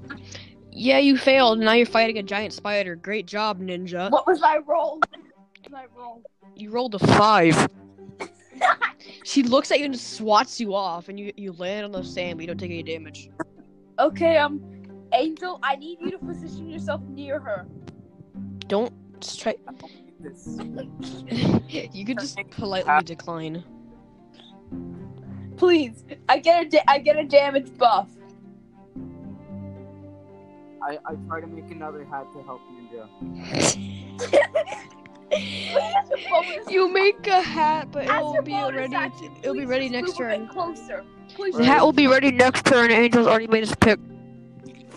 Speaker 3: Yeah, you failed. Now you're fighting a giant spider. Great job, Ninja.
Speaker 1: What was my roll? What was My roll.
Speaker 3: You rolled a five. she looks at you and just swats you off, and you you land on the sand, but you don't take any damage.
Speaker 1: Okay, um, Angel, I need you to position yourself near her.
Speaker 3: Don't just try.
Speaker 2: I don't need this.
Speaker 3: you could just politely decline.
Speaker 1: Please, I get a da- I get a damage buff.
Speaker 2: I, I try to make another hat to help Ninja.
Speaker 3: You make a hat, but it
Speaker 1: As your
Speaker 3: will be
Speaker 1: bonus
Speaker 3: ready.
Speaker 1: action,
Speaker 3: It'll be
Speaker 1: please
Speaker 3: ready
Speaker 1: just
Speaker 3: next
Speaker 1: move a bit
Speaker 3: turn.
Speaker 1: Closer. Please.
Speaker 2: The hat
Speaker 3: will be ready next turn. Angel's already made his pick.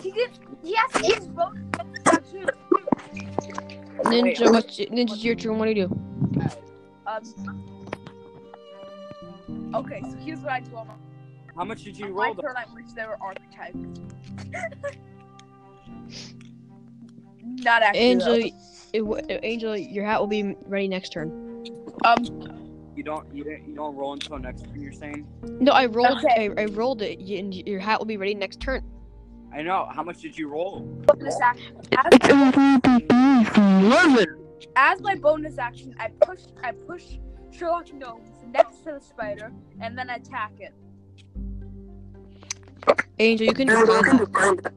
Speaker 1: He gets yes, he gets bonus action.
Speaker 3: Ninja, what's Ninja's your turn. What do you do?
Speaker 1: Um. Okay, so here's what I do on my,
Speaker 2: How much did you
Speaker 1: on
Speaker 2: roll?
Speaker 1: my
Speaker 2: The,
Speaker 1: turn. I wish there were archetypes. Not actually.
Speaker 3: Angel, it, w- Angel, your hat will be ready next turn.
Speaker 1: though. Um.
Speaker 2: you don't you don't you don't roll until next turn. You're saying?
Speaker 3: No, I rolled.
Speaker 1: Okay.
Speaker 3: I, I rolled it, y- and your hat will be ready next turn.
Speaker 2: I know. How much did you roll?
Speaker 1: Bonus action. As, as my bonus action, I push. I push Sherlock Gnomes next to the spider, and then attack it.
Speaker 3: Angel, you can decline that.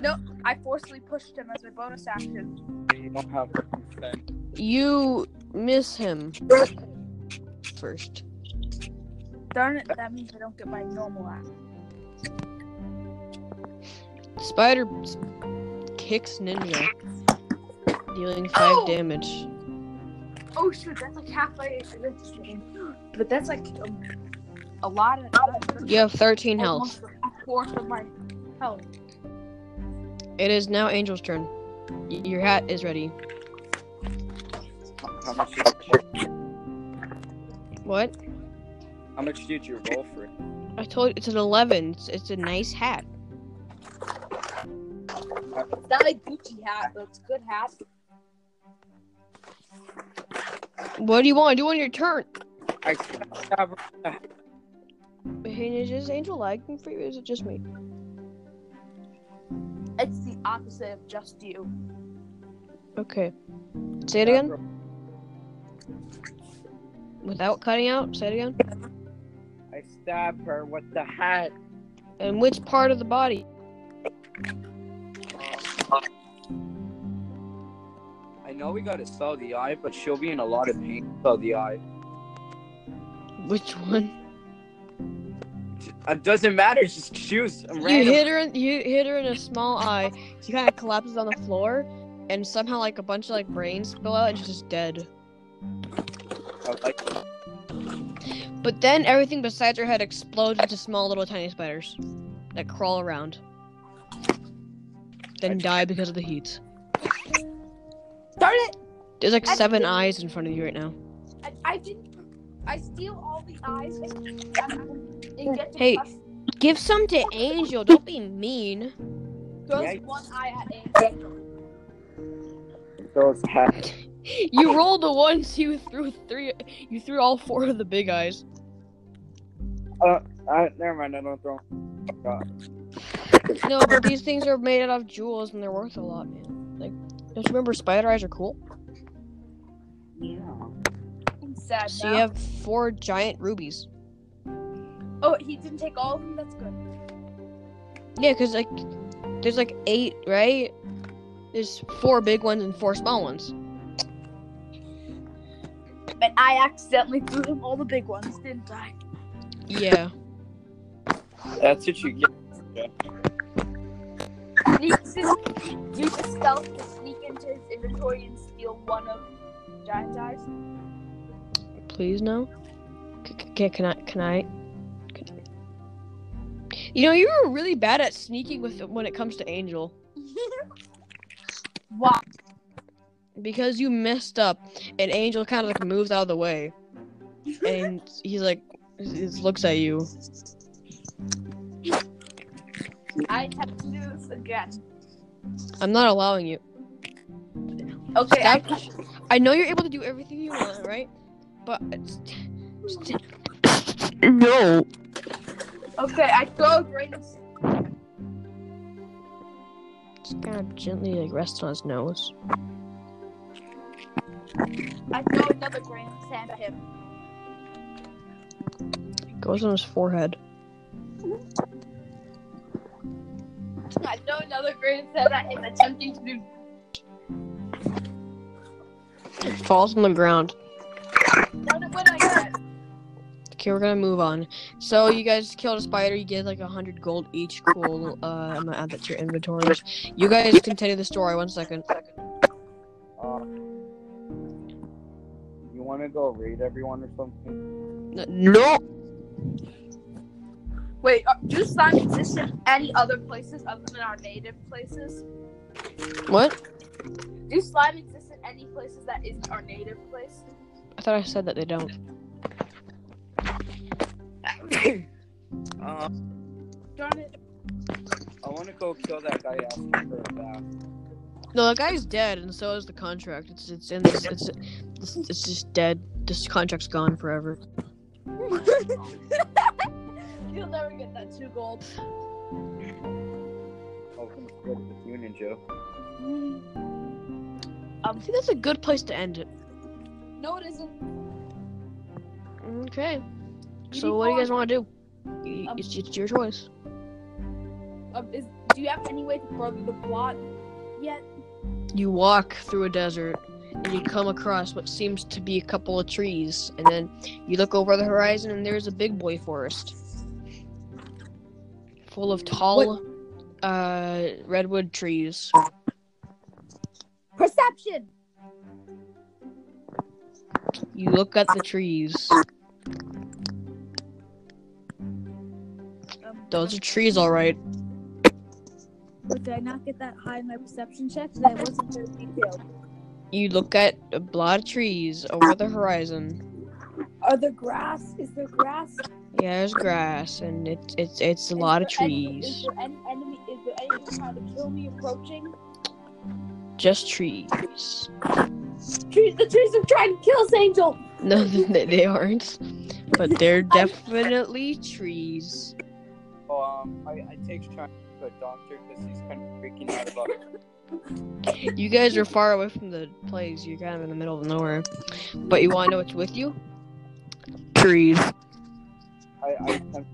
Speaker 1: No, I forcibly pushed him as my bonus action.
Speaker 2: You don't have okay.
Speaker 3: You miss him first.
Speaker 1: Darn it, that means I don't get my normal action.
Speaker 3: Spider s- kicks Ninja, dealing five
Speaker 1: Ow!
Speaker 3: damage.
Speaker 1: Oh shoot, that's like halfway against But that's like um, a lot of. that's
Speaker 3: You have 13 health.
Speaker 1: almost A fourth of my health.
Speaker 3: It is now Angel's turn. Y- your hat is ready.
Speaker 2: How much? Did you,
Speaker 3: What?
Speaker 2: how much did you roll for? it?
Speaker 3: I told you it's an 11. It's, it's a nice hat.
Speaker 1: It's not like Gucci hat, but it's a good hat.
Speaker 3: What do you want to do on your turn?
Speaker 2: I can't have
Speaker 3: Hey, Ninja, is Angel lagging for you? Or is it just me?
Speaker 1: It's the opposite of just you.
Speaker 3: Okay. Say it again. Without cutting out. Say it again.
Speaker 2: I stabbed her with the hat.
Speaker 3: And which part of the body?
Speaker 2: I know we gotta sell the eye, but she'll be in a lot of pain. Sell the eye.
Speaker 3: Which one?
Speaker 2: It doesn't matter. Just choose. a
Speaker 3: You
Speaker 2: random-
Speaker 3: hit her. In, you hit her in a small eye. She kind of collapses on the floor, and somehow like a bunch of like brains spill out, and she's just dead.
Speaker 2: I like it.
Speaker 3: But then everything besides her head explodes into small little tiny spiders that crawl around, then die because of the heat.
Speaker 1: Darn it!
Speaker 3: There's like
Speaker 1: I-
Speaker 3: seven eyes in front of you right now.
Speaker 1: I, I didn't. I steal all the eyes and, and get to
Speaker 3: Hey.
Speaker 1: cuss-
Speaker 3: Give some to Angel. Don't be mean.
Speaker 1: throws
Speaker 2: Yikes.
Speaker 1: one eye at Angel.
Speaker 2: Those hats.
Speaker 3: You rolled the ones you threw three. You threw all four of the big eyes.
Speaker 2: I, Uh, never mind. I don't throw. 'em. Fuck off.
Speaker 3: No, but these things are made out of jewels and they're worth a lot, man. Like, don't you remember spider eyes are cool?
Speaker 1: I'm sad
Speaker 3: So
Speaker 1: now.
Speaker 3: you have four giant rubies.
Speaker 1: Oh, he didn't take all of them. That's good.
Speaker 3: Yeah, because like, there's like eight, right? There's four big ones and four small ones.
Speaker 1: But I accidentally threw him all the big ones, didn't I?
Speaker 3: Yeah.
Speaker 2: That's what you get.
Speaker 1: Sneaks in, use a stealth to sneak into his inventory and steal one of Giant's eyes.
Speaker 3: Please no. C- c- can, can I? Can I? Can You know, you were really bad at sneaking with when it comes to Angel.
Speaker 1: Why?
Speaker 3: because you messed up and angel kind of like moves out of the way and he's like he looks at you
Speaker 1: I have to do this again.
Speaker 3: i'm not allowing you
Speaker 1: Okay, I,
Speaker 3: Stop. i know you're able to do everything you want right but it's- no
Speaker 1: okay, I throw a grain of sand.
Speaker 3: just kind of gently like rests on his nose
Speaker 1: I throw another grain of sand at him.
Speaker 3: goes on his forehead
Speaker 1: I throw another grain of sand at him, attempting to do.
Speaker 3: It falls on the ground
Speaker 1: What did I get?
Speaker 3: okay we're gonna move on so you guys killed a spider you get like a hundred gold each cool uh i'm gonna add that to your inventories you guys continue the story one second
Speaker 2: Uh, you want to go raid everyone or something?
Speaker 3: no
Speaker 1: Wait, uh, do slime exist in any other places other than our native places?
Speaker 3: what
Speaker 1: Do slime exist in any places that isn't our native place?
Speaker 3: I thought I said that they don't.
Speaker 2: Uh,
Speaker 1: Darn it.
Speaker 2: I want to go kill that guy asking for a bath.
Speaker 3: No, the guy's dead, and so is the contract. It's it's in this. It's it's, it's just dead. This contract's gone forever.
Speaker 1: You'll never get that two gold.
Speaker 2: Oh, I'm scared of the union, Joe.
Speaker 1: Um,
Speaker 3: I think Um, that's a good place to end it.
Speaker 1: no, it isn't.
Speaker 3: Okay.
Speaker 1: You
Speaker 3: So
Speaker 1: need
Speaker 3: what do you Um,
Speaker 1: more.
Speaker 3: guys want to do? Y- It's, it's your choice.
Speaker 1: Um, is Do you have any way to further the plot yet?
Speaker 3: You walk through a desert and you come across what seems to be a couple of trees, and then you look over the horizon and there's a big boy forest full of tall uh, redwood trees.
Speaker 1: Perception.
Speaker 3: You look at the trees.
Speaker 1: Um,
Speaker 3: Those are trees, all right.
Speaker 1: But did I not get that high in my perception check? That I wasn't very detailed.
Speaker 3: You look at a lot of trees over the horizon.
Speaker 1: Are there grass? Is there grass?
Speaker 3: Yeah, there's grass, and it's it's it's a
Speaker 1: Is
Speaker 3: lot of
Speaker 1: there any- Is
Speaker 3: trees.
Speaker 1: there any enemy? Is there anyone trying to kill me approaching?
Speaker 3: Just trees.
Speaker 1: Trees, the trees are trying to kill us, Angel.
Speaker 3: No, they they aren't. But they're definitely trees.
Speaker 2: Um, I, I take Sean to a doctor because he's kind of freaking out about it.
Speaker 3: You guys are far away from the place. You're kind of in the middle of nowhere. But you want to know what's with you? Trees.
Speaker 2: I, I, I'm,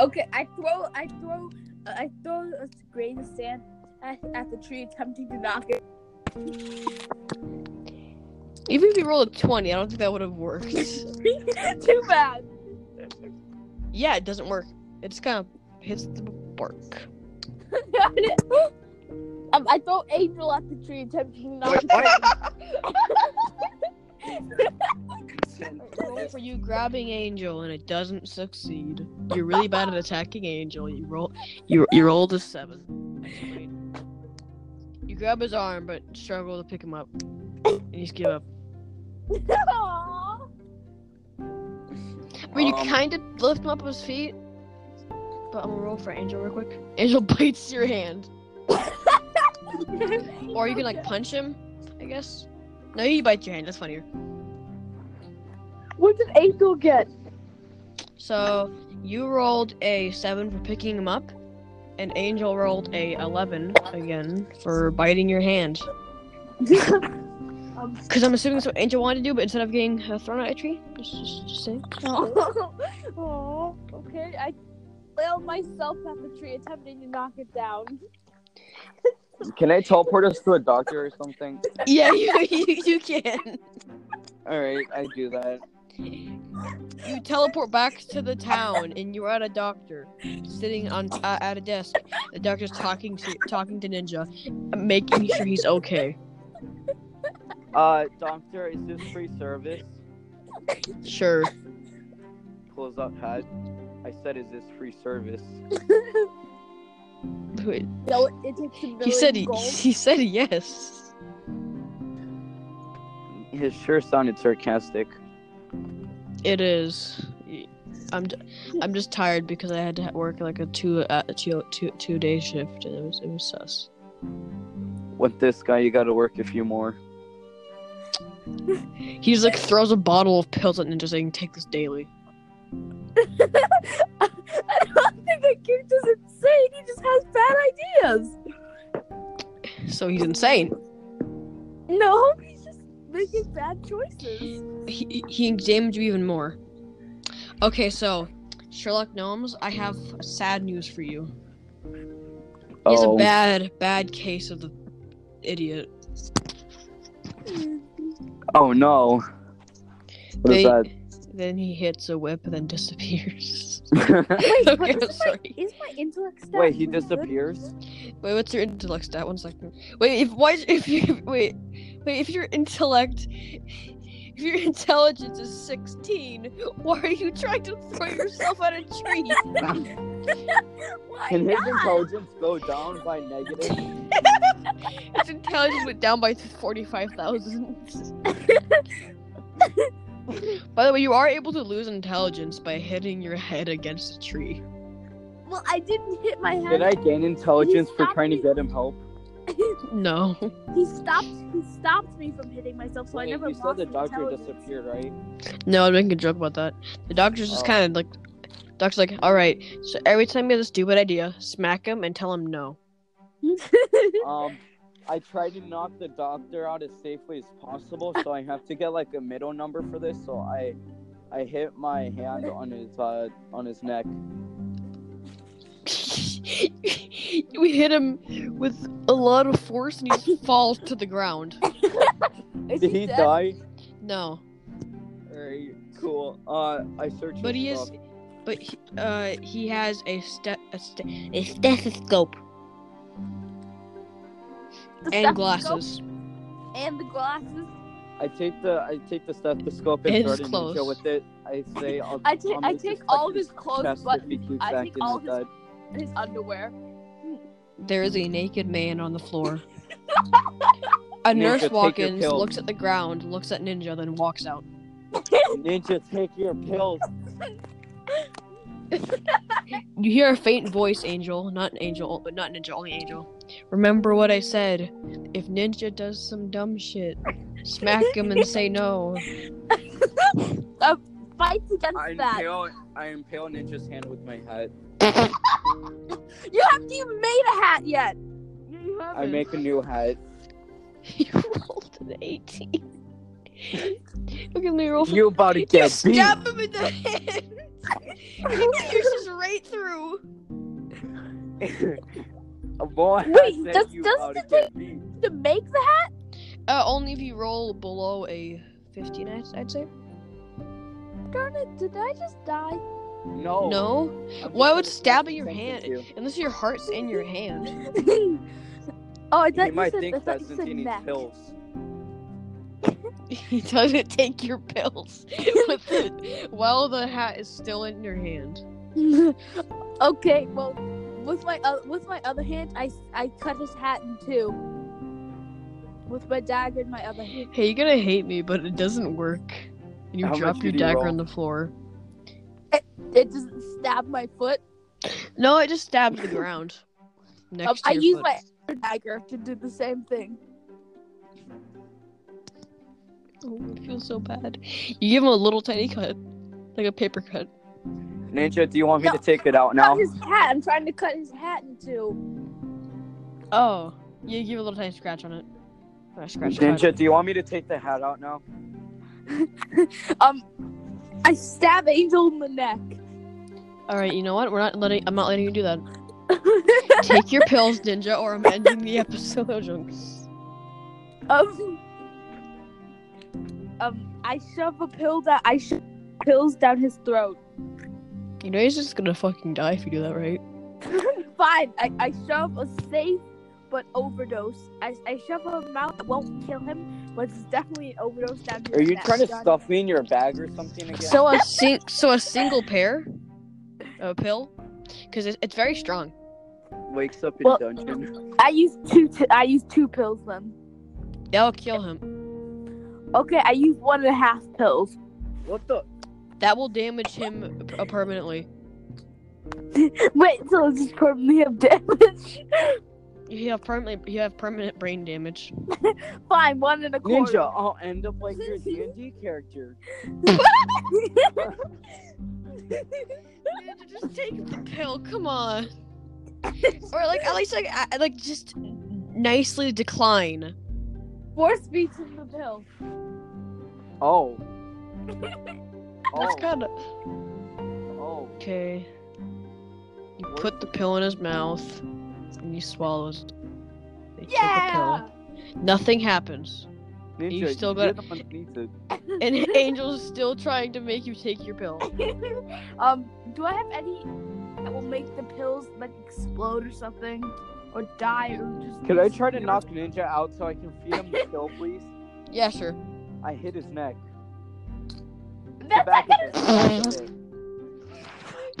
Speaker 1: Okay, I throw, I throw, I throw a grain of sand at, at the tree, attempting to knock it.
Speaker 3: Even if you rolled a 20, I don't think that would have worked.
Speaker 1: Too bad.
Speaker 3: Yeah, it doesn't work. It just kind of hits the bark.
Speaker 1: um, I throw Angel at the tree, attempting to knock it.
Speaker 2: Wait,
Speaker 3: Roll for you grabbing Angel and it doesn't succeed. You're really bad at attacking Angel. You roll, you you roll the seven. You grab his arm but struggle to pick him up. And you just give up.
Speaker 1: Aw.
Speaker 3: I mean, you
Speaker 2: Um,
Speaker 3: kind of lift him up with his feet, but I'm gonna roll for Angel real quick. Angel bites your hand, or you can like punch him, I guess. No, you bite your hand. That's funnier.
Speaker 1: What did Angel get?
Speaker 3: So you rolled a seven for picking him up, and Angel rolled a eleven again for biting your hand.
Speaker 1: um,
Speaker 3: Because I'm assuming that's what Angel wanted to do, but instead of getting uh, thrown at a tree, just, just, just say.
Speaker 1: Aw. Oh, okay, I flail myself at the tree, attempting to knock it down.
Speaker 2: Can I teleport us to a doctor or something?
Speaker 3: yeah, you, you you can.
Speaker 2: All right, I do that.
Speaker 3: You teleport back to the town, and you're at a doctor sitting on uh, at a desk. The doctor's talking to talking to Ninja, making sure he's okay.
Speaker 2: Uh, doctor, is this free service?
Speaker 3: Sure.
Speaker 2: Close up hat. I said, is this free service?
Speaker 3: Wait,
Speaker 1: So it, it takes a million
Speaker 3: He said he,
Speaker 1: gold.
Speaker 3: he said yes.
Speaker 2: It sure sounded sarcastic.
Speaker 3: It is. I'm d- I'm just tired because I had to work like a two uh, a two two two day shift and it was it was sus.
Speaker 2: With this guy, you gotta work a few more.
Speaker 3: He just like throws a bottle of pills at Ninja saying, "Take this daily."
Speaker 1: I don't think that kid is insane. He just has bad ideas.
Speaker 3: So he's insane.
Speaker 1: No, he's just making bad choices.
Speaker 3: He he damaged you even more. Okay, so Sherlock Gnomes, I have sad news for you. He has a bad bad case of the idiot.
Speaker 2: Oh no. What is
Speaker 3: They- Then he hits a whip and then disappears.
Speaker 2: that?
Speaker 3: Wait,
Speaker 1: but
Speaker 3: okay, I'm
Speaker 1: isn't
Speaker 3: sorry.
Speaker 1: Is my intellect stat
Speaker 2: Wait, he
Speaker 1: really good?
Speaker 2: disappears?
Speaker 3: Wait, what's your intellect stat? One second. Wait, if why is- if you wait, wait if your intellect, if your intelligence is sixteen, why are you trying to throw yourself at a tree?
Speaker 1: Why
Speaker 2: Can his
Speaker 1: not?
Speaker 2: intelligence go down by negative?
Speaker 3: His intelligence went down by forty-five thousand. by the way, you are able to lose intelligence by hitting your head against a tree.
Speaker 1: Well, I didn't hit my head.
Speaker 2: Did I gain intelligence for
Speaker 1: stopped
Speaker 2: trying to
Speaker 1: me.
Speaker 2: get him help?
Speaker 3: No.
Speaker 1: he stopped. He stopped me from hitting myself, so I
Speaker 2: Wait,
Speaker 1: never
Speaker 2: you said
Speaker 1: lost
Speaker 2: the doctor
Speaker 1: intelligence.
Speaker 2: disappeared, right?
Speaker 3: No, I'm making a joke about that. The doctor's just
Speaker 2: Oh.
Speaker 3: kind of like, doctor's like, all right. So every time you have a stupid idea, smack him and tell him no.
Speaker 2: Um, I tried to knock the doctor out as safely as possible, so I have to get like a middle number for this. So I, I hit my hand on his uh on his neck.
Speaker 3: we hit him with a lot of force and he falls to the ground.
Speaker 1: Is
Speaker 2: Did he
Speaker 1: dead?
Speaker 2: die?
Speaker 3: No,
Speaker 2: Alright, cool. Uh, I searched.
Speaker 3: but
Speaker 2: his
Speaker 3: he is,
Speaker 2: stuff.
Speaker 3: but he, uh, he has a ste- a, ste- a stethoscope
Speaker 1: The stethoscope
Speaker 3: and glasses.
Speaker 1: And the glasses.
Speaker 2: I take the I take the stethoscope
Speaker 3: It
Speaker 2: and
Speaker 3: is
Speaker 2: throw it in
Speaker 3: close.
Speaker 2: Ninja with it. I say I'll.
Speaker 1: I take-
Speaker 2: I'll
Speaker 1: I
Speaker 2: make
Speaker 1: take
Speaker 2: this
Speaker 1: all of
Speaker 2: like
Speaker 1: his clothes,
Speaker 2: chest
Speaker 1: but
Speaker 2: if he keeps
Speaker 1: I
Speaker 2: acting
Speaker 1: take all
Speaker 2: like
Speaker 1: his-
Speaker 2: that.
Speaker 1: and His underwear.
Speaker 3: There is a naked man on the floor. A
Speaker 2: Ninja,
Speaker 3: nurse
Speaker 2: take your
Speaker 3: walks in,
Speaker 2: pills.
Speaker 3: looks at the ground, looks at Ninja, then walks out.
Speaker 2: Ninja, take your pills.
Speaker 3: You hear a faint voice, Angel. Not Angel, but not Ninja, only Angel. Remember what I said. If Ninja does some dumb shit, smack him and say no.
Speaker 1: Fights against
Speaker 2: I
Speaker 1: that.
Speaker 2: impale I impale Ninja's hand with my head.
Speaker 1: You haven't even made a hat yet. You
Speaker 2: I
Speaker 1: haven't.
Speaker 2: make a new hat.
Speaker 3: You rolled an 18. Look at me roll for
Speaker 2: You about to
Speaker 3: You
Speaker 2: get beat.
Speaker 3: stab him in the head. he pierces right through.
Speaker 2: A boy
Speaker 1: Wait,
Speaker 2: said
Speaker 1: does-
Speaker 2: you
Speaker 1: does
Speaker 2: about to
Speaker 1: the
Speaker 2: get beat.
Speaker 1: to make the hat.
Speaker 3: Uh, only if you roll below a 15, I'd, I'd say.
Speaker 1: Darn it! Did I just die?
Speaker 2: No.
Speaker 3: No?
Speaker 2: I'm just
Speaker 3: Why
Speaker 2: gonna
Speaker 3: would
Speaker 2: do
Speaker 3: stab in your
Speaker 2: something
Speaker 3: hand?
Speaker 2: to you.
Speaker 3: Unless your heart's in your hand.
Speaker 1: oh, I thought
Speaker 2: He
Speaker 1: you
Speaker 2: might
Speaker 1: said, I
Speaker 2: think
Speaker 1: thought
Speaker 2: that
Speaker 1: you
Speaker 2: since
Speaker 1: said
Speaker 2: he needs
Speaker 1: neck.
Speaker 2: pills.
Speaker 3: He doesn't take your pills with the, while the hat is still in your hand.
Speaker 1: okay, well, with my uh, with my other hand, I I cut his hat in two. With my dagger in my other hand.
Speaker 3: Hey, you're gonna hate me, but it doesn't work. And you
Speaker 2: How
Speaker 3: drop
Speaker 2: much
Speaker 3: your
Speaker 2: did he
Speaker 3: dagger
Speaker 2: roll?
Speaker 3: on the floor.
Speaker 1: It doesn't stab my foot.
Speaker 3: No, I just stabbed the ground. Next
Speaker 1: Um,
Speaker 3: to
Speaker 1: I
Speaker 3: your
Speaker 1: use
Speaker 3: foot.
Speaker 1: my other dagger to do the same thing.
Speaker 3: Oh, it feels so bad. You give him a little tiny cut, like a paper cut.
Speaker 2: Ninja, do you want me
Speaker 1: No.
Speaker 2: to take it out now?
Speaker 1: Cut his hat. I'm trying to cut his hat in two.
Speaker 3: Oh, you give a little tiny scratch on it. Or a scratch cut.
Speaker 2: Ninja, do you want me to take the hat out now?
Speaker 1: Um, I stab Angel in the neck.
Speaker 3: All right, you know what? We're not letting. I'm not letting you do that. Take your pills, Ninja, or I'm ending the episode. No jokes.
Speaker 1: um, um, I shove a pill that I shove pills down his throat.
Speaker 3: You know he's just gonna fucking die if you do that, right?
Speaker 1: Fine, I, I shove a safe but overdose. I, I shove a amount that won't kill him, but it's definitely an overdose down his
Speaker 2: Are you
Speaker 1: neck.
Speaker 2: trying to
Speaker 1: Done.
Speaker 2: stuff me in your bag or something again?
Speaker 3: So a sing- so a single pair, a pill, because it's, it's very strong.
Speaker 2: Wakes up in
Speaker 1: Well-
Speaker 2: dungeon.
Speaker 1: I use two. T- I use two pills then.
Speaker 3: That'll kill him.
Speaker 1: Okay, I use one and a half pills.
Speaker 2: What the?
Speaker 3: That will damage him p- uh, permanently.
Speaker 1: Wait till it's just permanently of damage.
Speaker 3: You have permanently you have permanent brain damage.
Speaker 1: Fine, one and a
Speaker 2: Ninja,
Speaker 1: quarter.
Speaker 2: I'll end up like your D&D character.
Speaker 3: just take the pill. Come on. or like at least like I, like just nicely decline.
Speaker 1: Force beats in the pill.
Speaker 2: Oh.
Speaker 3: That's
Speaker 2: Oh,
Speaker 3: kind of
Speaker 2: oh.
Speaker 3: okay. You put the pill in his mouth, and he swallows. They took the
Speaker 1: Yeah.
Speaker 3: pill. Nothing happens.
Speaker 2: Ninja,
Speaker 3: You still
Speaker 2: you're
Speaker 3: got-
Speaker 2: the one that needs it.
Speaker 3: And Angel's still trying to make you take your pill.
Speaker 1: um, do I have any that will make the pills like explode or something, or die or just?
Speaker 2: Could I try to knock Ninja out so I can feed him the pill, please?
Speaker 3: Yeah, sure.
Speaker 2: I hit his neck. The
Speaker 1: That's
Speaker 2: back
Speaker 1: not
Speaker 2: of it.
Speaker 1: gonna.
Speaker 2: Back of it.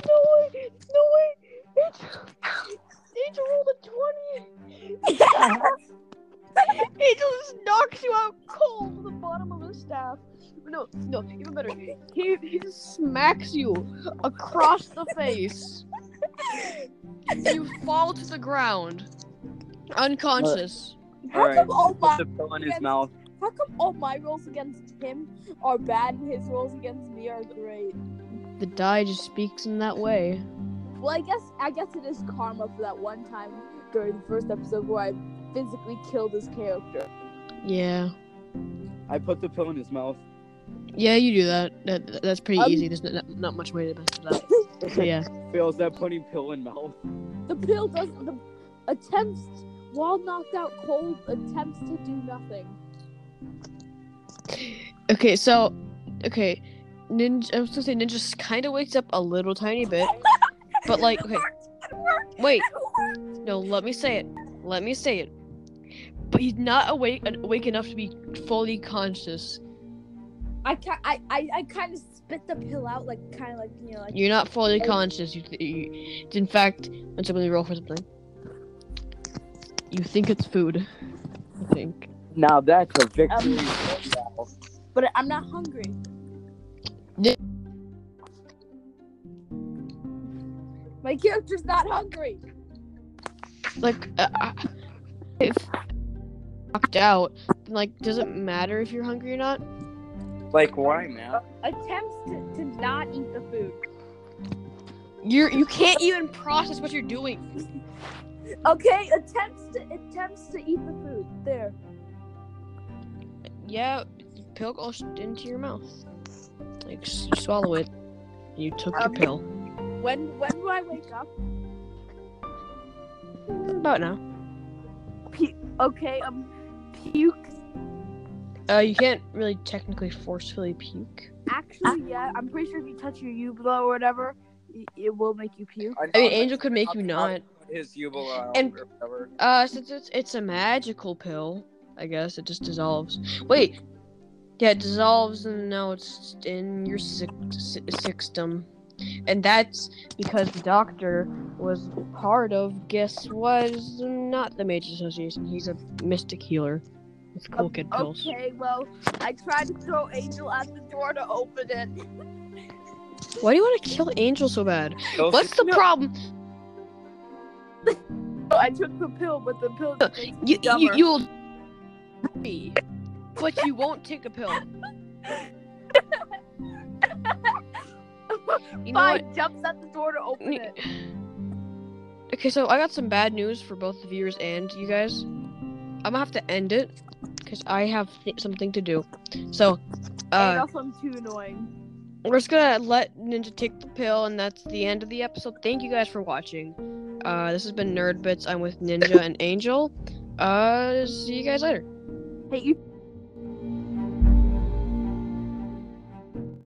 Speaker 1: No way! No way! Angel rolled a twenty.
Speaker 3: Angel just knocks you out cold with the bottom of his staff. No, no, even better. He, he just smacks you across the face. you fall to the ground, unconscious.
Speaker 1: how
Speaker 2: Alright,
Speaker 1: come all my
Speaker 2: Put the pill in
Speaker 1: Yes.
Speaker 2: his mouth.
Speaker 1: how come all my rolls against him are bad and his rolls against me are great?
Speaker 3: The die just speaks in that way.
Speaker 1: Well, I guess I guess it is karma for that one time during the first episode where I physically killed his character.
Speaker 3: Yeah,
Speaker 2: I put the pill in his mouth.
Speaker 3: yeah, you do that. that that's pretty
Speaker 1: Um,
Speaker 3: easy. There's not, not much way to mess with that. So, yeah.
Speaker 2: Fails at putting pill in mouth.
Speaker 1: The bill does the attempts while knocked out cold attempts to do nothing.
Speaker 3: Okay, so okay, ninja. I was gonna say ninja kind of wakes up a little tiny bit, but like okay, wait, no, let me say it. Let me say it. But he's not awake awake enough to be fully conscious.
Speaker 1: I ca- I I, I kind of spit the pill out like kind of like you know like
Speaker 3: You're not fully conscious. You, th- you in fact, let's somebody roll for something. You think it's food. I think.
Speaker 2: Now that's a
Speaker 4: Um,
Speaker 2: victory. royale.
Speaker 4: But I'm not hungry.
Speaker 1: my character's not hungry.
Speaker 3: Like, uh, uh, if knocked out, then, like, does it matter if you're hungry or not?
Speaker 2: Like why, man?
Speaker 1: Attempts to, to not eat the food.
Speaker 3: You're you can't even process what you're doing.
Speaker 1: Okay, attempts to attempts to eat the food. There.
Speaker 3: Yeah, pill goes into your mouth. Like, s- you swallow it. You took
Speaker 1: Um,
Speaker 3: your pill.
Speaker 1: When when do I wake up?
Speaker 3: About now.
Speaker 1: Okay, um, puke.
Speaker 3: Uh, you can't really technically forcefully puke. Ah.
Speaker 1: Actually, yeah, I'm pretty sure if you touch your ubla or whatever, y- it will make you puke.
Speaker 3: I mean, Angel could make you not.
Speaker 2: His ubala
Speaker 3: And-
Speaker 2: or whatever.
Speaker 3: Uh, since it's it's a magical pill, I guess it just dissolves. Wait, yeah, it dissolves and now it's in your sy- sy- system, and that's because the doctor was part of. Guess was not the Mage Association. He's a mystic healer with cool kid pills.
Speaker 1: Oh, Okay, well, I tried to throw Angel out the door to open it.
Speaker 3: Why do you want to kill Angel so bad?
Speaker 2: Those-
Speaker 3: What's the problem?
Speaker 1: I took the pill, but the pill.
Speaker 3: Uh, You you
Speaker 1: Dumber.
Speaker 3: you'll be, but you won't take a pill. You know what?
Speaker 1: Fine, jumps out the door to open
Speaker 3: Ne-
Speaker 1: it.
Speaker 3: Okay, so I got some bad news for both the viewers and you guys. I'm gonna have to end it because I have th- something to do. So,
Speaker 1: and
Speaker 3: uh,
Speaker 1: also, I'm too annoying.
Speaker 3: we're just gonna let Ninja take the pill, and that's the end of the episode. Thank you guys for watching. Uh, this has been Nerd Bits. I'm with Ninja and Angel. Uh, see you guys later.
Speaker 1: Hey, you.